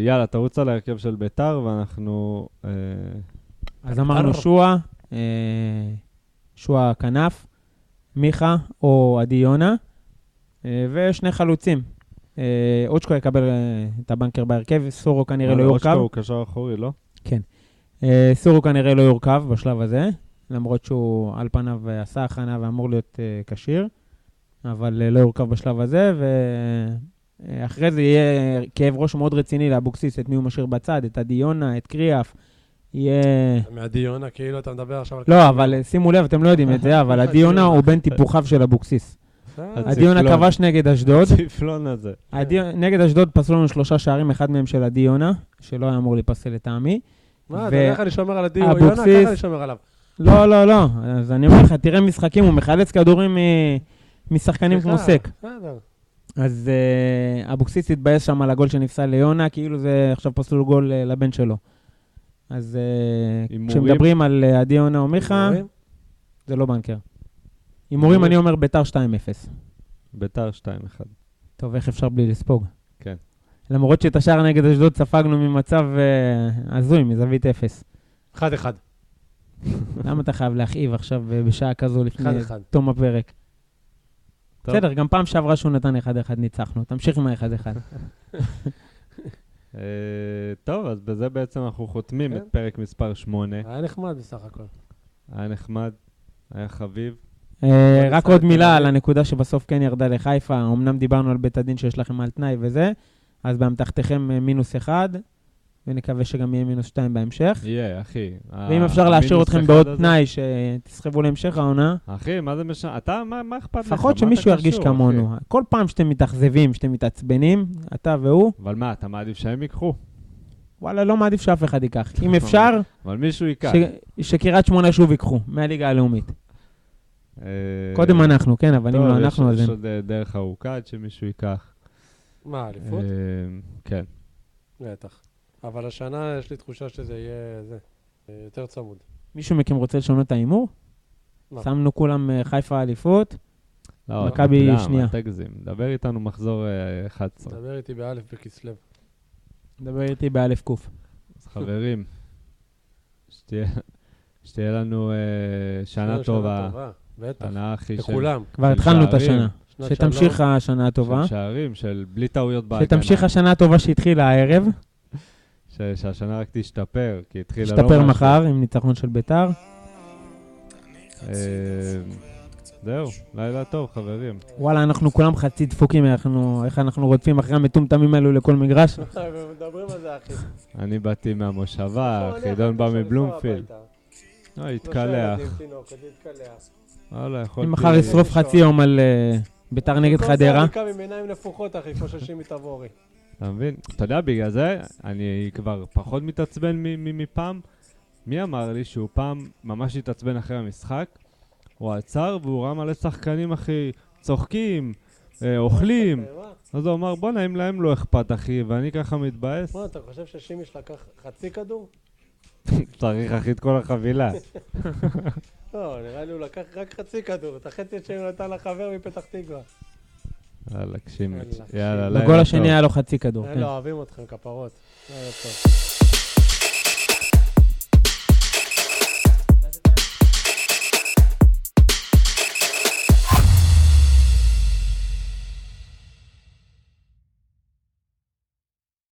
A: יאללה, תרוץ על ההרכב של ביתר, ואנחנו... אה,
B: אז אמרנו
C: ארבע.
B: שועה, אה, שועה כנף, מיכה או עדי יונה, אה, ושני חלוצים. אה, אוצ'קו יקבל אה, את הבנקר בהרכב, סורו כנראה לא
A: אבל אושקו
B: יורכב.
A: הוא קשר אחורי, לא?
B: אה, סורו כנראה לא יורכב בשלב הזה, למרות שהוא על פניו אה, עשה הכנה ואמור להיות אה, כשיר, אבל אה, לא יורכב בשלב הזה, ואחרי זה יהיה כאב ראש מאוד רציני לאבוקסיס, את מי הוא משאיר בצד, את עדי יונה, את קריאף, יהיה...
C: מעדי יונה, כאילו אתה מדבר עכשיו על...
B: לא, אבל אה, שימו לב, אתם לא יודעים את זה, אבל עדי יונה הוא בן טיפוחיו של אבוקסיס.
C: אה,
B: עדי יונה
A: הציפלון.
B: כבש נגד אשדוד,
A: הציפלון הזה.
B: עדי- נגד אשדוד פסלו לנו שלושה שערים, אחד מהם של עדי יונה, שלא היה אמור להיפסל לטעמי.
C: מה,
B: ו-
C: אתה יודע איך אני שומר על עדי יונה?
B: אבוקסיס.
C: ככה אני שומר עליו.
B: לא, לא, לא. אז אני אומר לך, תראה משחקים, הוא מחלץ כדורים מ- משחקנים כמו
C: סליחה,
B: סק.
C: בסדר.
B: אז אה, אבוקסיס התבאס שם על הגול שנפסל ליונה, כאילו זה עכשיו פסול גול אה, לבן שלו. אז אה,
A: הימורים?
B: כשמדברים על אה, עדי יונה או מיכה,
C: רואים?
B: זה לא בנקר. הימורים, אני אומר ביתר 2-0.
A: ביתר 2-1.
B: טוב, איך אפשר בלי לספוג?
A: כן.
B: למרות שאת השער נגד אשדוד ספגנו ממצב אה, הזוי, מזווית אפס.
C: אחד אחד.
B: למה אתה חייב להכאיב עכשיו אה, בשעה כזו לפני
C: אחד אחד.
B: תום הפרק?
A: טוב.
B: בסדר, גם פעם שעברה שהוא נתן 1-1 ניצחנו. תמשיך עם ה-1-1.
A: אה, טוב, אז בזה בעצם אנחנו חותמים
C: כן.
A: את פרק מספר 8.
C: היה נחמד בסך הכל.
A: היה נחמד, היה חביב.
B: אה, רק
C: בסדר,
B: עוד
C: תל
B: מילה
C: אביב.
B: על הנקודה שבסוף כן ירדה לחיפה. אמנם דיברנו על בית הדין שיש לכם על תנאי וזה, אז באמתחתכם אה, מינוס 1, ונקווה שגם יהיה מינוס 2 בהמשך.
A: יהיה, אחי.
B: ואם
A: ה-
B: אפשר להשאיר
A: המינוס
B: אתכם
A: אחד
B: בעוד
A: הזה-
B: תנאי שתסחבו להמשך העונה,
A: אחי, מה זה משנה? אתה, מה מה אכפת לך? מה
B: לפחות
A: אתה
B: שמישהו ירגיש
A: קשור, אחי?
B: כמונו. כל פעם שאתם מתאכזבים, שאתם מתעצבנים, אתה והוא,
A: אבל מה, אתה מעדיף שהם ייקחו?
B: וואלה, לא מעדיף שאף אחד ייקח. אם אפשר,
A: אבל מישהו ייקח.
B: ש- שקריית שמונה שוב ייקחו, מהליגה הלאומית.
A: אה,
B: קודם אנחנו, כן, אבל אם
A: טוב,
B: לא
A: יש-
B: אנחנו, אז
A: יש
B: הם.
A: עוד אה, דרך ארוכה עד שמישהו ייקח.
C: מה, אליפות?
A: אה, כן.
C: בטח. אבל השנה יש לי תחושה שזה יהיה זה, אה, יותר צמוד.
B: מישהו מכם רוצה לשנות את ההימור?
C: לא.
B: שמנו כולם אה, חיפה אליפות.
A: לא,
B: מכבי
A: אתה יודע,
B: שנייה.
A: מה, תגזים. דבר איתנו מחזור אה, 11.
C: דבר איתי באלף בכסלו.
B: דבר איתי באלף קוף.
A: אז חברים, שתהיה שתהיה לנו אה, שנה טובה,
C: בטח,
A: שנה הכי של...
C: לכולם.
B: כבר
A: של
B: התחלנו את
A: שערים,
B: השנה.
C: שנת
B: שתמשיך
C: שלום.
B: השנה הטובה.
A: של שערים, של בלי טעויות בהגנה.
B: שתמשיך השנה הטובה שהתחילה הערב.
A: אה? ש- שהשנה רק תשתפר, כי התחילה כן, לא, לא...
B: תשתפר
A: משהו.
B: מחר עם ניצחון של ביתר.
A: אה, זהו, לילה טוב, חברים.
C: אה,
B: וואלה, אנחנו כולם חצי דפוקים, אנחנו- איך אנחנו רודפים אחרי המטומטמים האלו לכל מגרש.
C: מדברים על זה, אחי.
A: אני באתי מהמושבה, חידון בא מבלומפילד. אה,
C: לא
A: התקלח. וואלה, יכולתי...
B: אני מחר אשרוף חצי יום על אה, ביתר נגד חדרה.
C: אני לא קם עם עיניים נפוחות, אחי, חוששים מתבורי.
A: אתה מבין? אתה יודע, בגלל זה אני כבר פחות מתעצבן מ- מ- מפעם. מי אמר לי שהוא פעם ממש התעצבן אחרי המשחק? הוא עצר והוא ראה מלא שחקנים, אחי, צוחקים, אה, אוכלים.
C: מה?
A: אז הוא אמר, בואנה, אם להם לא אכפת, אחי, ואני ככה מתבאס,
C: מה, אתה חושב ששימיש לקח חצי כדור?
A: צריך, אחי, את כל החבילה.
C: לא, נראה לי הוא לקח רק חצי כדור. את החצי שלי הוא נתן לחבר מפתח תקווה.
A: יאללה, קשימץ'.
C: יאללה,
A: יאללה, לילה טוב. לא.
C: אה, לא,
B: בגול השני היה לו חצי כדור. כן.
C: אלו אוהבים אתכם, כפרות. לילה טוב.